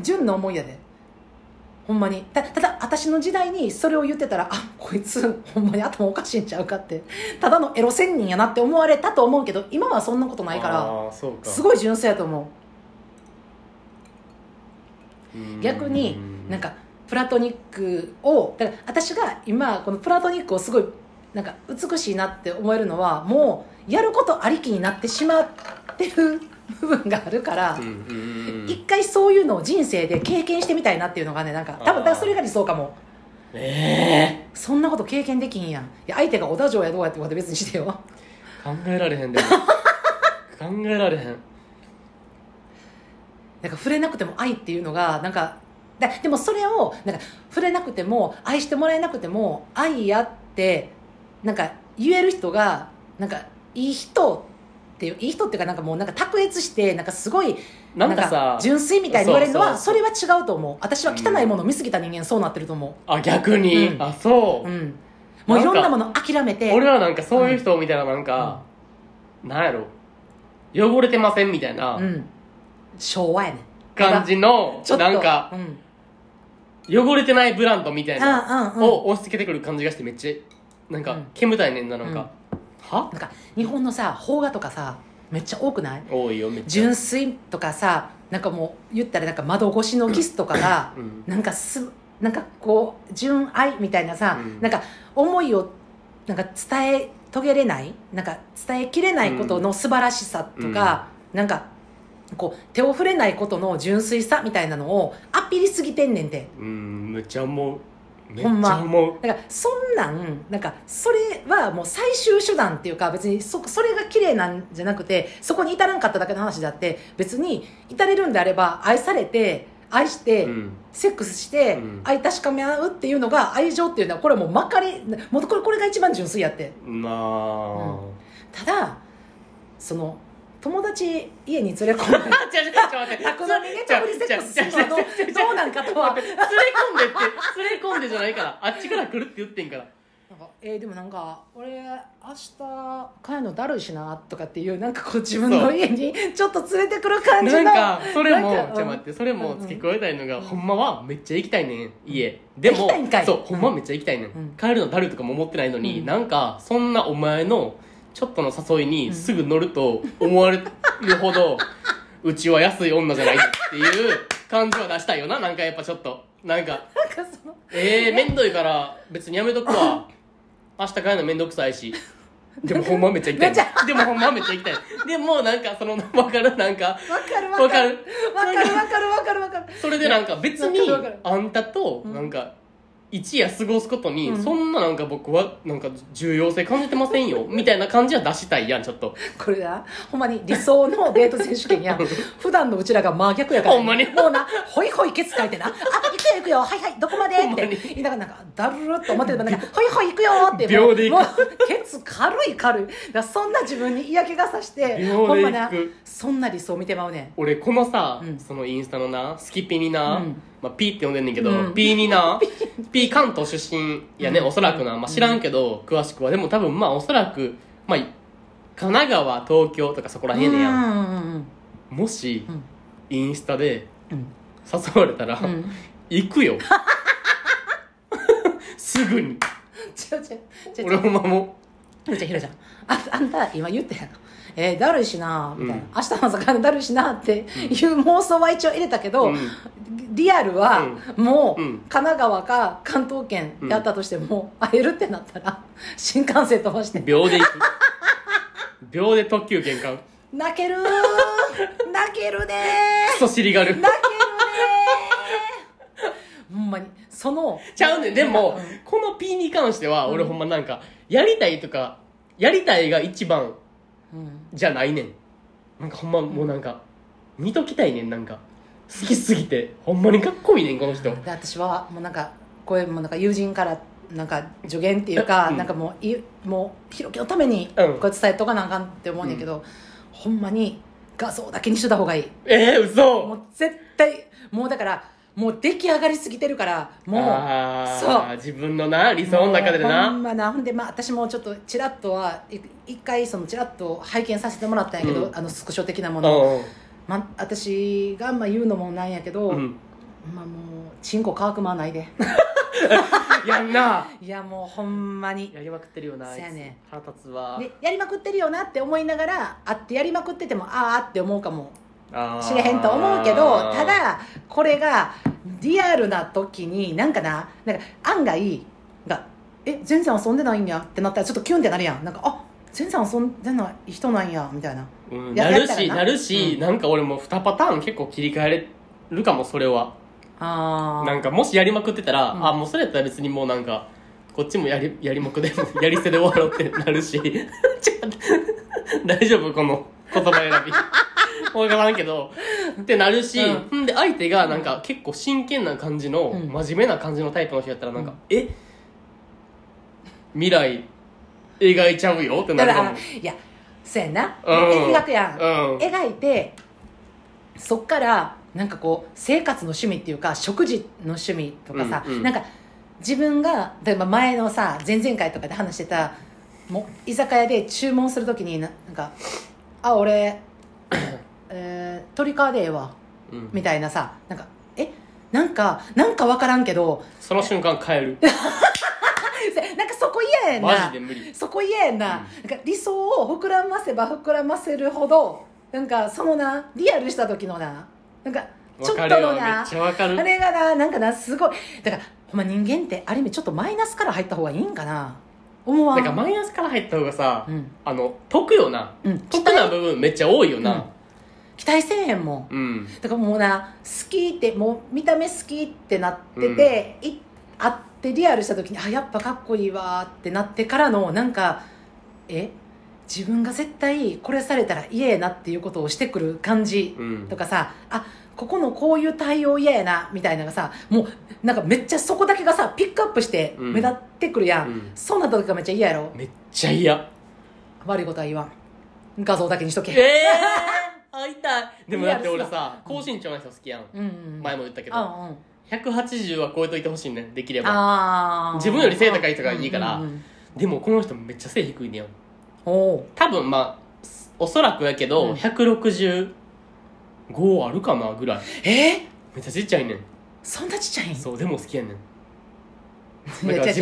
純の思いやでほんまにたただ私の時代にそれを言ってたらあこいつほんまに頭おかしいんちゃうかってただのエロ仙人やなって思われたと思うけど今はそんなことないから
あーそうか
すごい純粋やと思
うん
う逆になんかプラトニックをだから私が今このプラトニックをすごいなんか美しいなって思えるのはもうやることありきになってしまってる部分があるから、
うんうんうん
一回そういうのを人生で経験してみたいなっていうのがねなんか多分
あー
だからそれが理想かも
ええ
そんなこと経験できんやんいや相手が小田城やどうやってこと別にして よ
考えられ へんでも考えられへん
なんか触れなくても愛っていうのがなんかだでもそれをなんか触れなくても愛してもらえなくても愛やってなんか言える人がなんかいい人っていういい人っていうかなんかもうなんか卓越してなんかすごい
なんかさ
純粋みたいに言われるのは
そ
そうれは違うと思う私は汚いものを見すぎた人間そうなってると思
あ逆に、
うん、
あそうう、
うん、もういろんなもの諦めて
俺はなんかそういう人を見たらなんか、なんやろ汚れてませんみたいな
うん、昭和やね
感じの、
ちょっと
なんか
うん、
汚れてないブランドみたいな
あうんうん
を押し付けてくる感じがしてめっちゃなん
う
か
ん
煙たいねんななんか、は
なんか日本のさ邦画とかさめっちゃ多くない
多いよめっちゃ
純粋とかさなんかもう言ったらなんか窓越しのキスとかが
うん
なんかすなんかこう純愛みたいなさ、
うん
なんか思いをなんか伝え遂げれないなんか伝えきれないことの素晴らしさとか、なんかこう手を触れないことの純粋さみたいなのをアピりすぎてんねんて
うんめっちゃ思うめっち
ほんま
ゃ思う、
だからそんなんなんかそれはもう最終手段っていうか別にそそれが綺麗なんじゃなくてそこに至らんかっただけの話であって別に至れるんであれば愛されて愛して、
うん
セックスして
うん
愛確かめ合うっていうのが愛情っていうのはこれはもうまかりもうこれこれが一番純粋やって
なあ、
うただその友達家に連れ込 んで
あ、違う違う違う待って。
宅飲みでかぶりセックスするのはどう
違う違う違う
どうなんかとは
連れ込んでって、連れ込んでじゃないから、あっちから来るって言ってんから。
なんかえーでもなんか俺明日帰るのだるいしなとかっていうなんかこう自分の
そう
家にちょっと連れてくる感じ
な
の
んか、それも、ち
な
ょ
んか
っと待って、それも付け加えたいのが、
うん
ほんまはめっちゃ行きたいねん、家。でも
行きたいんかい、
そう、ほんまはめっちゃ行きたいね
うん
ん。帰るのだるいとかも思ってないの
う
に、
ん
なんか、そんなお前の、ちょっとの誘いにすぐ乗ると思われるほど、 うちは安い女じゃないっていう感じは出したいよな、なんかやっぱちょっと。なんか、
なんかその
えー、めんどいから別にやめとく わ明日帰るのめんどくさいしでもほんまめっちゃ行きたい
めっ
でもほんまめっちゃ行きたいでもなんかその分かるなんか
わかるわ
分
か
か
る
る
わかるわかるわかるわかる
それでなんか別に
わかるわかる
あんたと
うん
なんか一夜過ごすことに
うん
そんななんか僕はなんか重要性感じてませ んよみたいな感じは出したいやんちょっと
これだほんまに理想 のデート選手権や普段のうちらが真逆やから、
ほんまに
もうなホイホイケツ書いてな「あ行くよ行くよはいはいどこまで」
ほんまに
って言いながらなんかだるるっと思ってるからなんか「ホイホイ行くよ」っても
秒
う
で行
も
く
うケツ軽い軽いだからそんな自分に嫌気がさして
秒
ほん
で
まな
行く
そんな理想見てまうねん
俺このさ、
うん
そのインスタのなスキピにな、
うん
まあ、ピーって呼んでんねんけど、
うん
ピー になピー関東出身やね、
うん
おそらくな、まあ、知らんけど、詳しくはでも多分まあおそらく、まあ、神奈川東京とかそこらへんねや、
うんうん
ん、もし
うん
インスタで
うん
誘われたら、
うんうん
行くよ すぐに
違う違う違う違
俺
う
ほんまも
ひろちゃんひろちゃんああんた今言ったやんえー、だるいしなみたいな、
うん
明日の朝からだるいしなっていう妄想は一応入れたけど、
うん
リアルはもう
うん
神奈川か関東圏であったとしても会えるってなったら新幹線飛ばして
秒で行く秒で特急券買う
泣けるー泣けるね
クソ尻が
ー泣ける
る
ね ーほんまにその
ちゃうねんでも、
うん
この P に関しては俺ほんまなんかやりたいとかやりたいが一番
うん
じゃないねんなんかほんまもうなんか見ときたいねんなんか好きすぎてほんまにかっこいいねんこの人
で私はもうなんかこれもなんか友人からなんか助言っていうか、
うん
なんかもういもうひろきのために
うん
これ伝えとかなあかんって思うんやけど、ほんまに画像だけにしといた方がいい
えー、
も
嘘
う絶対もうだからもう出来上がりすぎてるからもう
あ
そう
あ自分のな理想の中で
もうほん
な
まなほんでまあ私もちょっとちらっとはい一回そのちらっと拝見させてもらったんやけど、
うん
あのスクショ的な
う
も
ん
の、まあ、私がまあ言うのもなんやけど、
うん
まあもうチンコ乾くまわないで
やんない
やもうほんまに
やりまくってるよな
そ
あ
う
い
や
つ
ね
腹立つわ
でやりまくってるよなって思いながら会ってやりまくっててもああって思うかも
あー
知れへんと思うけどただこれがリアルな時になんかななんか案外がえ全然遊んでないんやってなったらちょっとキュンってなるやんなんかあ全然遊んでない人なんやみたいな
うん
や
なる
やったら
し
な
なるし、
うん
なんか俺も2パターン結構切り替えれるかもそれは
あ
なんかもしやりまくってたら、
うん
あもうそれやったら別にもうなんかこっちもやり やりまくでやり捨てで終わろうってなるし ちょっと大丈夫この言葉選び わからんけどってなるし、、
うん
で相手がなんか結構真剣な感じの、
うん
真面目な感じのタイプの人やったらなんか、
うん
え未来描いちゃうよってな
だ
る
か
か
ら
も
いやそうやな、
うん
描くやん、
うん
描いてそっからなんかこう生活の趣味っていうか食事の趣味とかさ、
うんうん
なんか自分が例えば前のさ前々回とかで話してたもう居酒屋で注文するときにななんか「あ俺、 えー、鶏皮でええわ
うん」
みたいなさなんか「えなんかなんか分からんけど
その瞬間変える
せなんかそこ嫌やな」
マジで無理
そこ嫌やな,、なんか理想を膨らませば膨らませるほどなんかそのなリアルした時のななんかちょ
わ
っ
か
と
るよ
の
めっ
な
ちゃわかる
あれがななんかなすごいだからほんま人間ってある意味ちょっとマイナスから入った方がいいんかな思わ
なんんかマイナスから入った方がさ、
うん
あの得よな、
うん
得な部分めっちゃ多いよな
期待せえへんもん
うん、
だからもうな好きってもう見た目好きってなってて、い会ってリアルした時にあやっぱかっこいいわーってなってからのなんかえ自分が絶対これされたら嫌やなっていうことをしてくる感じ
うん
とかさ、あここのこういう対応嫌やなみたいなのがさもうなんかめっちゃそこだけがさピックアップして
うん
目立ってくるやん、
うん
そうなった時がめっちゃ嫌やろ
めっちゃ嫌
悪いことは言わん画像だけにしとけ、
ええー、会いたいでもだって俺
リア
さ高身長な人好きやん、
うんうんうん
前も言ったけ
う
ど、
んうん
180は超えといてほしいねんできれば
あー
自分より背高い人がいいから
うんうんうん
でもこの人めっちゃ背低いねん
おう
多分まあおそらくやけど、
うん
165あるかなぐらい
えー
めっちゃちっちゃいねん
そんなちっちゃいん
そうでも好きやねん
いや違う
なんか自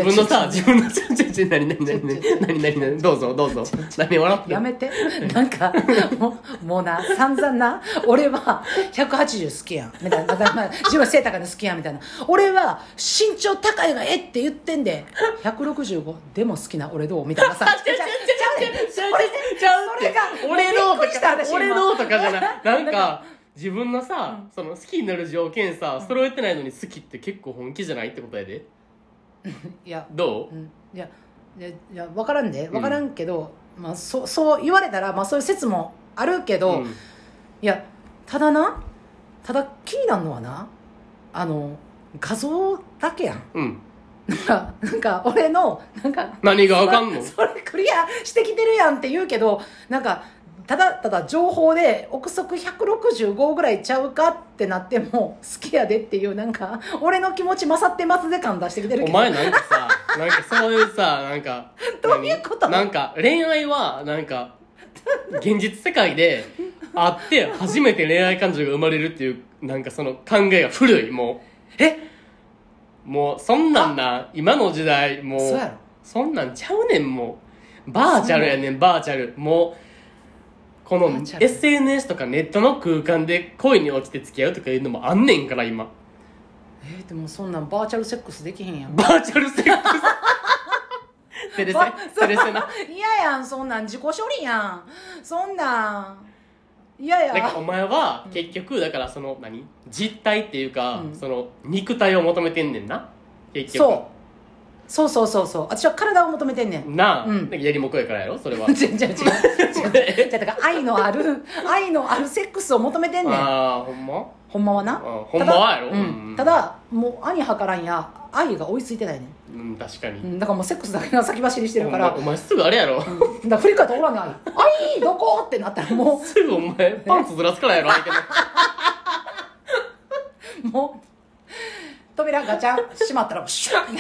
分の
違
さ
う
自分のちょちょちょ何何何
ちょちょ
何何何何どうぞどうぞ何笑ってる
やめて なんかもうもうな散々な俺は180好きやんみたいなまたまあ自分は背高いの好きやんみたいな俺は身長高いがええって言ってんで165でも好きな俺どうみたい なさ
ちゃうちゃうちゃうちゃうちゃう
それが
ちゃう俺の
びっくりした私
とか
今
俺のとかじゃないなんか自分のさその好きになる条件さ揃えてないのに好きって結構本気じゃないってことやで
いや
ど
う
うん
いやいやいや分からんで分からんけど、まあ、そそう言われたら、まあ、そういう説もあるけど、
うん
いやただなただ気になるのはなあの画像だけやん
うん
なんかなんか俺のなんか
何がわかんの
それクリアしてきてるやんって言うけどなんかただただ情報で憶測165ぐらいちゃうかってなっても 好きやでっていうなんか俺の気持ち勝ってますで感出してきてる
お
けど
前なんかさなんかそういうさなんか
どういうこと
何なんか恋愛はなんか現実世界であって初めて恋愛感情が生まれるっていうなんかその考えが古いも
え
うもうそんなんな今の時代もう
そうやろ
そんなんちゃうねんもうバーチャルやねんバーチャルもうこの
バーチャル
SNS とかネットの空間で恋に落ちて付き合うとかいうのもあんねんから今
えーでもそんなんバーチャルセックスできへんやん
バーチャ ルセックステレセ
ば
テ レセな
嫌やんそんなん自己処理やんそんなん嫌や
なんかお前は結局だからその何実体っていうか、
うん
その肉体を求めてんねんな結局
そうそうそうそうそう私は体を求めてんねん
なあ、
うん
なんかやりもこやからやろそれは
違う違う違う 違う違うだから愛のある愛のあるセックスを求めてんねん
ああほんま
ほんまはな
あほんまはやろ
ただ,、うん
うん
ただもう兄はからんや愛が追いついてないねん
うん確かに、
うんだからもうセックスだけが先走りしてるから
お前お前すぐあれやろ、
うんだから振り返っておらんねん愛「愛ど こ?」ってなったらも
すぐお前パンツずらすからやろ相手の
うもう扉ガチャン閉まったらシュッ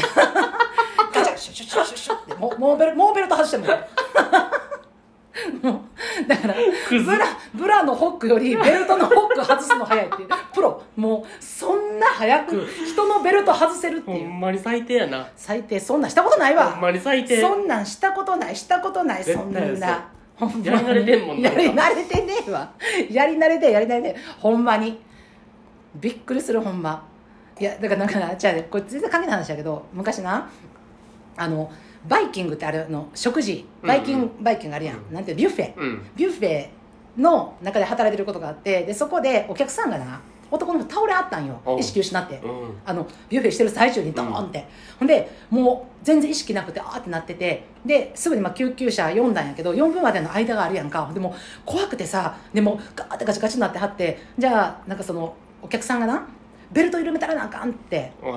ガチャンシュッシュッシュッシュッシュッってもうもうベルもうベルト外してんのよもうだから
クズ
ブラブラのホックよりベルトのホック外すの早いっていうプロもうそんな早く人のベルト外せるって
ほ
いうん
まに最低やな
最低そんなんしたことないわ
ほんまに最低
そんなんしたことないしたことない
絶
そ
対
ん
嘘
なほんまに
やり慣れてんもんな
や
んか
り慣れてねえわやり慣れてやり慣れてほんまにびっくりするほんまいやだからなんかなじゃあねこれ全然関係ない話だけど昔なあのバイキングってあれの食事バイキング、
うん
バイキングあるやん、
うん
なんていうビュッフェ、
うん
ビュッフェの中で働いてることがあってでそこでお客さんがな男の人倒れあったんよ
おう
意識失って、
うん
あのビュッフェしてる最中にドーンって、ほんでもう全然意識なくてあーってなっててですぐにまあ救急車呼んだんやけど4分までの間があるやんかでも怖くてさでもガーってガチガチになってはってじゃあなんかそのお客さんがなベルト緩めたらなあかんって
うん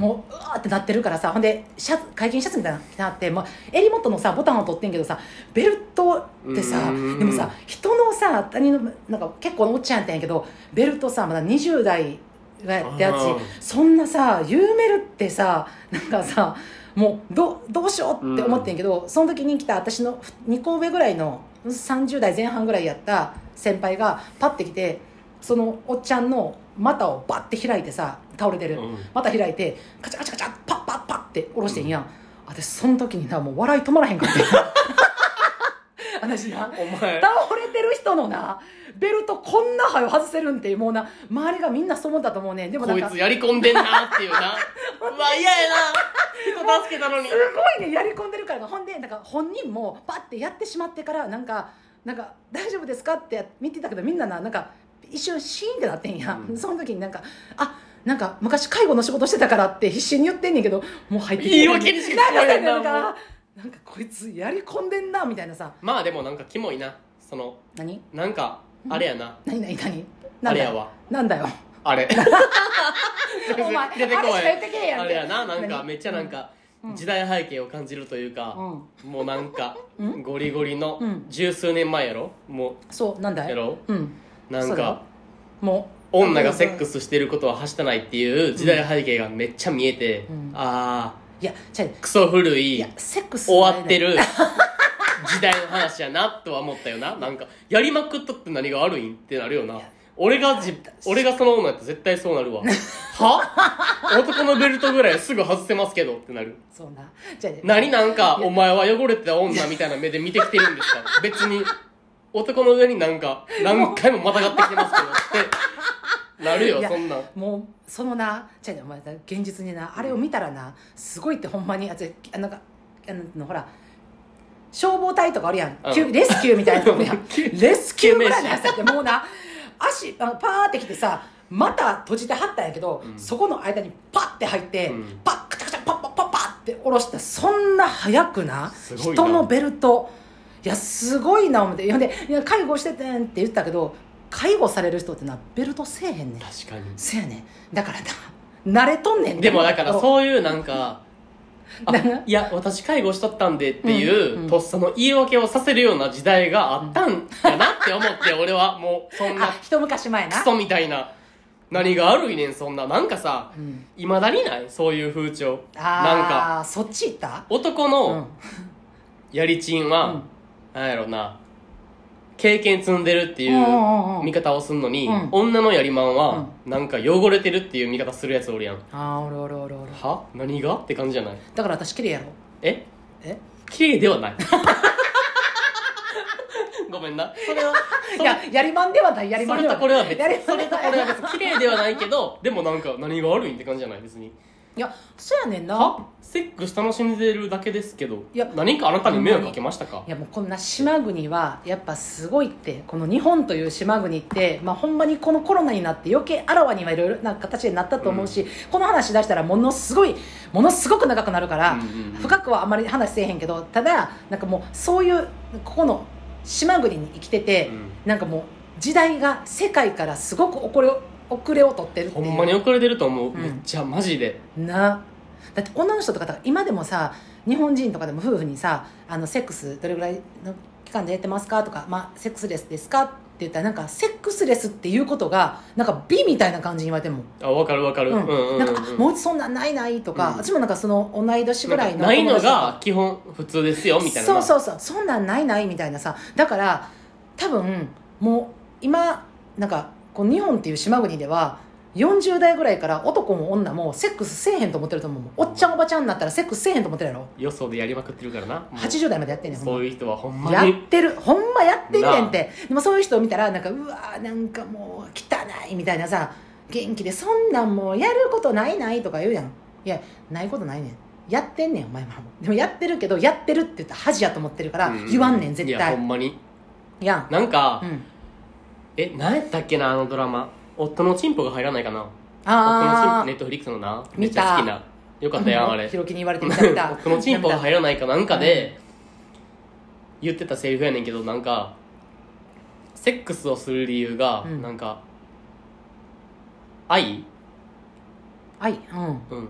もううわーってなってるからさほんでシャツ解禁シャツみたいなの着てあって、まあ、襟元のさボタンを取ってんけどさベルトってさ
うーん
でもさ人のさ他人のなんか結構のおっちゃんやったんやけどベルトさまだ20代がやってや
あー
つそんなさ緩めるってさなんかさもうどどうしようって思ってんけど、その時に来た私の2個上ぐらいの30代前半ぐらいやった先輩がパッて来てそのおっちゃんの股をバッて開いてさ倒れてる、
うん
また開いてカチャカチャカチャパッパッパ ッって下ろしてんやん、私その時になもう笑い止まらへんかってあ話な
お前
倒れてる人のなベルトこんなはよ外せるんってもうな周りがみんなそう思ったと思うねんでもな
こ
ん
い
か
つやり込んでんなっていう なうわ嫌やな人助けたのに
すごいねやり込んでるからほんでなんか本人もパッてやってしまってからなんか「なんか大丈夫ですか?」って見てたけどみんなななんか一瞬シーンってなってんや、
うん
その時になんか「あなんか昔介護の仕事してたから」って必死に言ってんねんけどもう入ってて
言い訳にしか聞こえへん
な
な
んか
も
なんかなんかこいつやり込んでんなみたいなさ
まあでもなんかキモいなその
何
なんかあれやな、
何何何
あ
なん
れ
だ
や
よ
わ
なんだよ
あれ
お前
出てこい
あれしか言ってけえへんやんけ
あれやななんか
何
めっちゃなんか
うん
時代背景を感じるというか、
うん
もうなんか
うん
ゴリゴリの
うん
十数年前やろも
そうなんだ
やろ
ようん
うな
そ
ん
うだよ
か
もう
女がセック
ス
スしてることははしたないっていう時代背景がめっちゃ見えて、
うん
あ
いや違う
あクソ古
い
い
やセックス
終わってる 時代の話やなとは思ったよななんかやりまくったって何が悪いんってなるよな俺がじ俺がその女やったら絶対そうなるわは男のベルトぐらいすぐ外せますけどってなる
そうなじゃあ
何なんかお前は汚れてた女みたいな目で見てきてる んですか別に男の上になんか何回もまたがってきてますけどってなる
い
よ
や
そんなん
もうそのな違うねお前現実になあれを見たらなすごいってほんまにあ違うあなんかあのほら消防隊とかあるやん、
うん
救レスキューみたいな のあるやんレスキューぐらいのやつやってもうな足あのパーってきてさまた閉じてはったんやけど、
うん
そこの間にパッて入って、
うん
パッカチャカチャパッパッパッパッって下ろしてそんな早くな
すごいな
人のベルトいやすごいな思ってほんでいや介護しててんって言ったけど介護される人ってなベルトせえへんねん
確かに
そやねだからな慣れとんねん
でもだから
う
そういうなんか「あ
なんか
いや私介護しとったんで」っていう、
うんうん
とっさの言い訳をさせるような時代があったんやなって思って俺はもうそんな
あ一昔前
ク
な
ソみたいな何があるいねんそんななんかさ
うん、
いまだにないそういう風潮なんか
ああそっち行った
男
うん
のやりちんは、
うん
なんやろな経験積んでるってい
うんうんうん
う見方をするのに、
うん
女のやりまんは、なんか汚れてるっていう見方するやつおるやん
ああおるおるおるおる
は何がって感じじゃない
だから私綺麗やろ
え
え
綺麗 ではないごめんなそれはい
ややりまんではないやり
そ
まんで
れと
はない
これは別
やりま
そ
んで
れと
は
これは
ない
別に綺麗ではないけどでもなんか何が悪いんって感じじゃない別に
いやそやねんな
はセックス楽しんでるだけですけど
いや
何かあなたに迷惑かけましたか
いやもうこんな島国はやっぱすごいってこの日本という島国って、まあ、ほんまにこのコロナになって余計あらわにはいろいろな形になったと思うし、この話し出したらものすごいものすごく長くなるから、
うんうんうん
深くはあまり話せえへんけどただなんかもうそういうここの島国に生きてて、
うん
なんかもう時代が世界からすごく遅れを遅れを取ってるって
ほ
いうん
まに遅れてると思う、
ん
めっちゃマジで
なだって女の人とかだから今でもさ日本人とかでも夫婦にさ「あのセックスどれぐらいの期間でやってますか?」とか、まあ「セックスレスですか?」って言ったらなんかセックスレスっていうことがなんか美みたいな感じに言われても
あ分かる分かる、うんうんうん
なんかあもうそんなんないないとか、
うん
私もなんかその同い年ぐらいの
ないの
友達とか
が基本普通ですよみたいな
そうそううそうそんなんないないみたいなさだから多分もう今なんかこう日本っていう島国では40代ぐらいから男も女もセックスせえへんと思ってると思うもんおっちゃんおばちゃんになったらセックスせえへんと思ってるやろ
よそでやりまくってるからなもう
80代までやってんねんほんま
そういう人はほんま
や
に
ってるほんまやってんねんってでもそういう人を見たらなんかうわーなんかもう汚いみたいなさ元気でそんなんもうやることないないとか言うやんいやないことないねんやってんねんお前はもうでもやってるけどやってるって言ったら恥やと思ってるから
う
言わんねん絶
いやほ
対
んまに
やん
なんか、
うん
え何やったっけなあのドラマ夫のチンポが入らないかな夫のチン
あ
ポネットフリックスのな
見た
めっちゃ好きなよかったやんあれ
ひろきに言われてみたみた
夫のチンポが入らないかなんかで言ってたセリフやねんけどなんかセックスをする理由が、
うん
なんか愛
はいうん
うん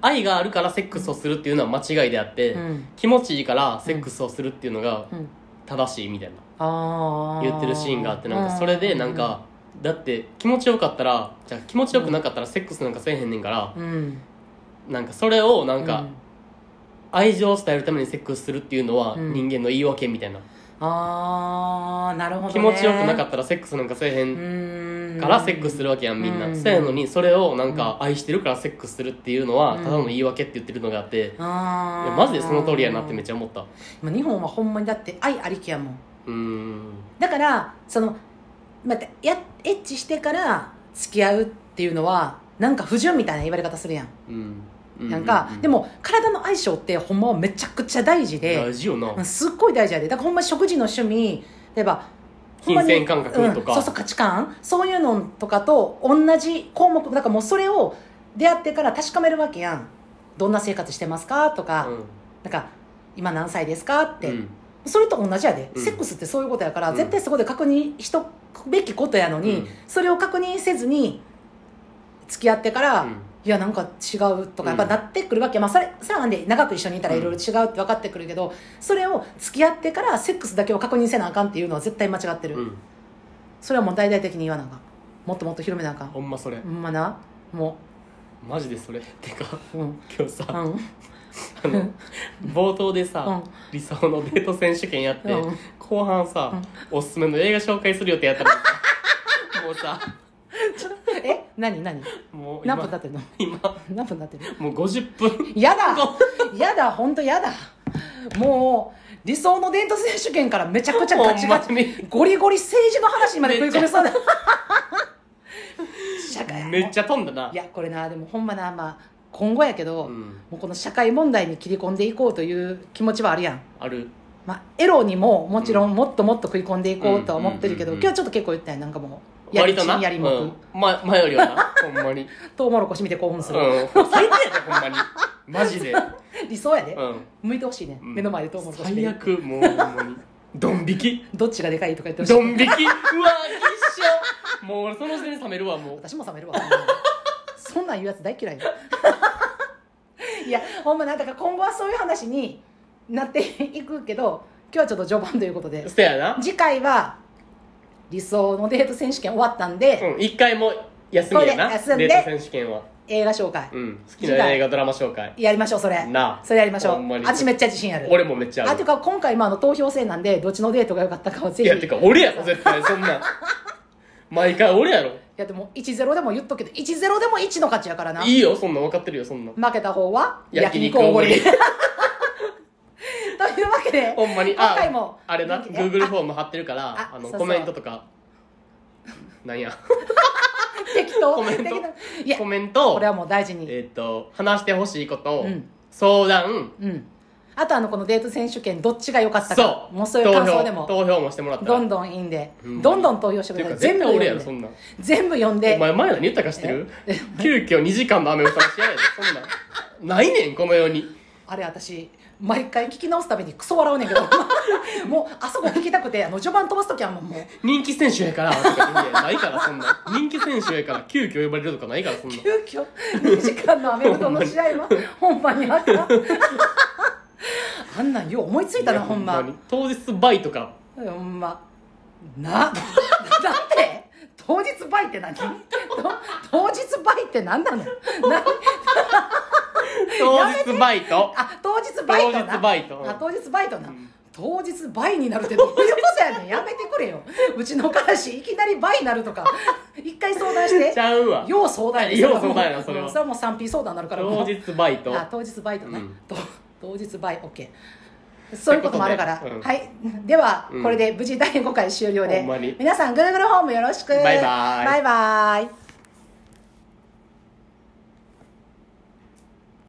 愛があるからセックスをするっていうのは間違いであって、
うん
気持ちいいからセックスをするっていうのが
うん
正しいみたいな
ああ
言ってるシーンがあってなんかそれでなんかだって気持ちよかったらじゃあ気持ちよくなかったらセックスなんかせえへんねんから
うん
なんかそれをな
なん
か愛情を伝えるためにセックスするっていうのは
うん
人間の言い訳みたいな
ああなるほど
気持ちよくな
た
かったらセックスなんかせえへ
うん
からセックスするわけやんみん
うん
なそうやのにそれをなんか愛してるからセックスするっていうのはただの言い訳って言ってるのがあってい
あ
や
ー
マジでその通りやなってめっちゃ思ったう
まあ日本はほんまにだって愛ありきやもん
ーん
だからそのまたやエッチしてから付き合うっていうのはなんか不純みたいな言われ方するやん、
うんう
なんか、でも体の相性ってほんまはめちゃくちゃ大事で
大事よな
うんすっごい大事やでだからほんまに食事の趣味例えば
金銭感覚と
うん
か
そうそう価値観そういうのとかと同じ項目だからもうそれを出会ってから確かめるわけやんどんな生活してますかとか、
うん
なんか今何歳ですかって、
うん
それと同じやで、
うん
セックスってそういうことやから、
うん
絶対そこで確認しとくべきことやのに、
うん
それを確認せずに付き合ってから、
うん
いやなんか違うとかや
う
っ
ん
ぱなってくるわけ、まあ、それそれはなんで長く一緒にいたら
う
い
ん
ろいろ違うって分かってくるけど、それを付き合ってからセックスだけを確認せなあかんっていうのは絶対間違ってる、
うん
それはもう大々的に言わなあかんもっともっと広めなあかん
ほんまそれ
ほんまなも
マジでそれてか
ううん
今日さ
うん
あの 冒頭でさ、
うん
理想のデート選手権やって、
うん
後半さ、おすすめの映画紹介するよってやったら もうさ
え何何
もう今
何分経ってるの
今
何分経ってる
もう50分
やだやだ本当やだもう理想の伝統選手権からめちゃくちゃガチガ
ほんまに
チゴリゴリ政治の話まで食い込めそうだ社会
めっちゃ飛んだない
やこれなでもほんまな、まあ、今後やけど、
う
も
ん、
うこの社会問題に切り込んでいこうという気持ちはあるやん、
ある
まあ、エロにももちろんもっともっと食い込んでいこうとは思ってるけど、
うんうんうん
今日
うん
はちょっと結構言ったやんなんかもうやり
割と
ち
なん
やりもく、
うんま、前よりはなほんまに
トウモロコシ見て興奮する、
うん最低やでほんまにマジ で、
理想やで、
うん
向いてほしいね、
うん、
目の前でトウモロコシ見
最
る
悪もうほんまにドン引き
どっちがでかいとか言ってほしい
ドン引きうわ一緒もう俺その時点で冷めるわもう
私も冷めるわそんなん言うやつ大嫌い よいやほんまなんだから今後はそういう話になっていくけど今日はちょっと序盤ということで
そやな
次回は理想のデート選手権終わったんで、
うん、一回も休みやな
これ休んで
デート選手権は、
映画紹介、
うん、好きな映画ドラマ紹介
やりましょうそれ
なあ
それやりましょ
ほんま
う
に
あっちめっちゃ自信ある
俺もめっちゃ
あ
あ
て
る
か今回まああの投票制なんでどっちのデートが良かったかをぜ
い
ひ
やてか俺やろ絶対そ んなん毎回俺やろ
いやでも1-0でも言っとくけど1-0でも1の勝ちやからない
いよそんなん分かってるよそんなん
負けた方は焼
焼
肉
肉
お
お
ご
ご
り
り
というわけ で
ほんまに
今回も
あれな
元気ね
Google フォーム貼ってるから
あ
あの
そうそう
コメントとかなんや
適当
コメント
適当いや
コメント
これはもう大事に
えっ、と話してほしいこと、
うん
相談
うんあとあのこのデート選手権どっちが良かったか
そう
もうそういう感想でも
投票投票もしてもらったら
どんどんいいんで
うん
どんどん投票して
っ
く
てい
だ
う
さい
か
全部
絶対
読ん
俺や
で
ろそんなん
全部読ん
お
で
前前何言ったか知ってる急遽2時間の雨歌の試合やでそんなんないねんこの世に
あれ私毎回聞き直すたびにクソ笑うねん けどもうあそこ聞きたくてあの序盤飛ばす時はもうもう
人気選手やからとかいやないからそんなん人気選手やから急遽呼ばれるとかないからそんなん
急遽2時間のアメフトの試合は ほんまにあったあんなんよう思いついたなほんま
に当日バイとか
ほんまな だって当日バイって何と当日バイって何なの何
当日バイト
あ当日バイトな
当日バイト
あ当日バイトな、
ん
当日バイになるってどういうことやねんやめてくれようちの彼氏いきなりバイになるとか一回相談して
ちゃうわ
よう相談やで
よう相談やなそれは
うんそれはもう 3P 相談になるからもう
当日バイト
あ当日バイトな、
うん
と当日バイ OK そういうこともあるから、
ということでうん
はいでは、
うん
これで無事第5回終了で
ほんまに
皆さん Google ホームよろしく
バイバイ
バイバイ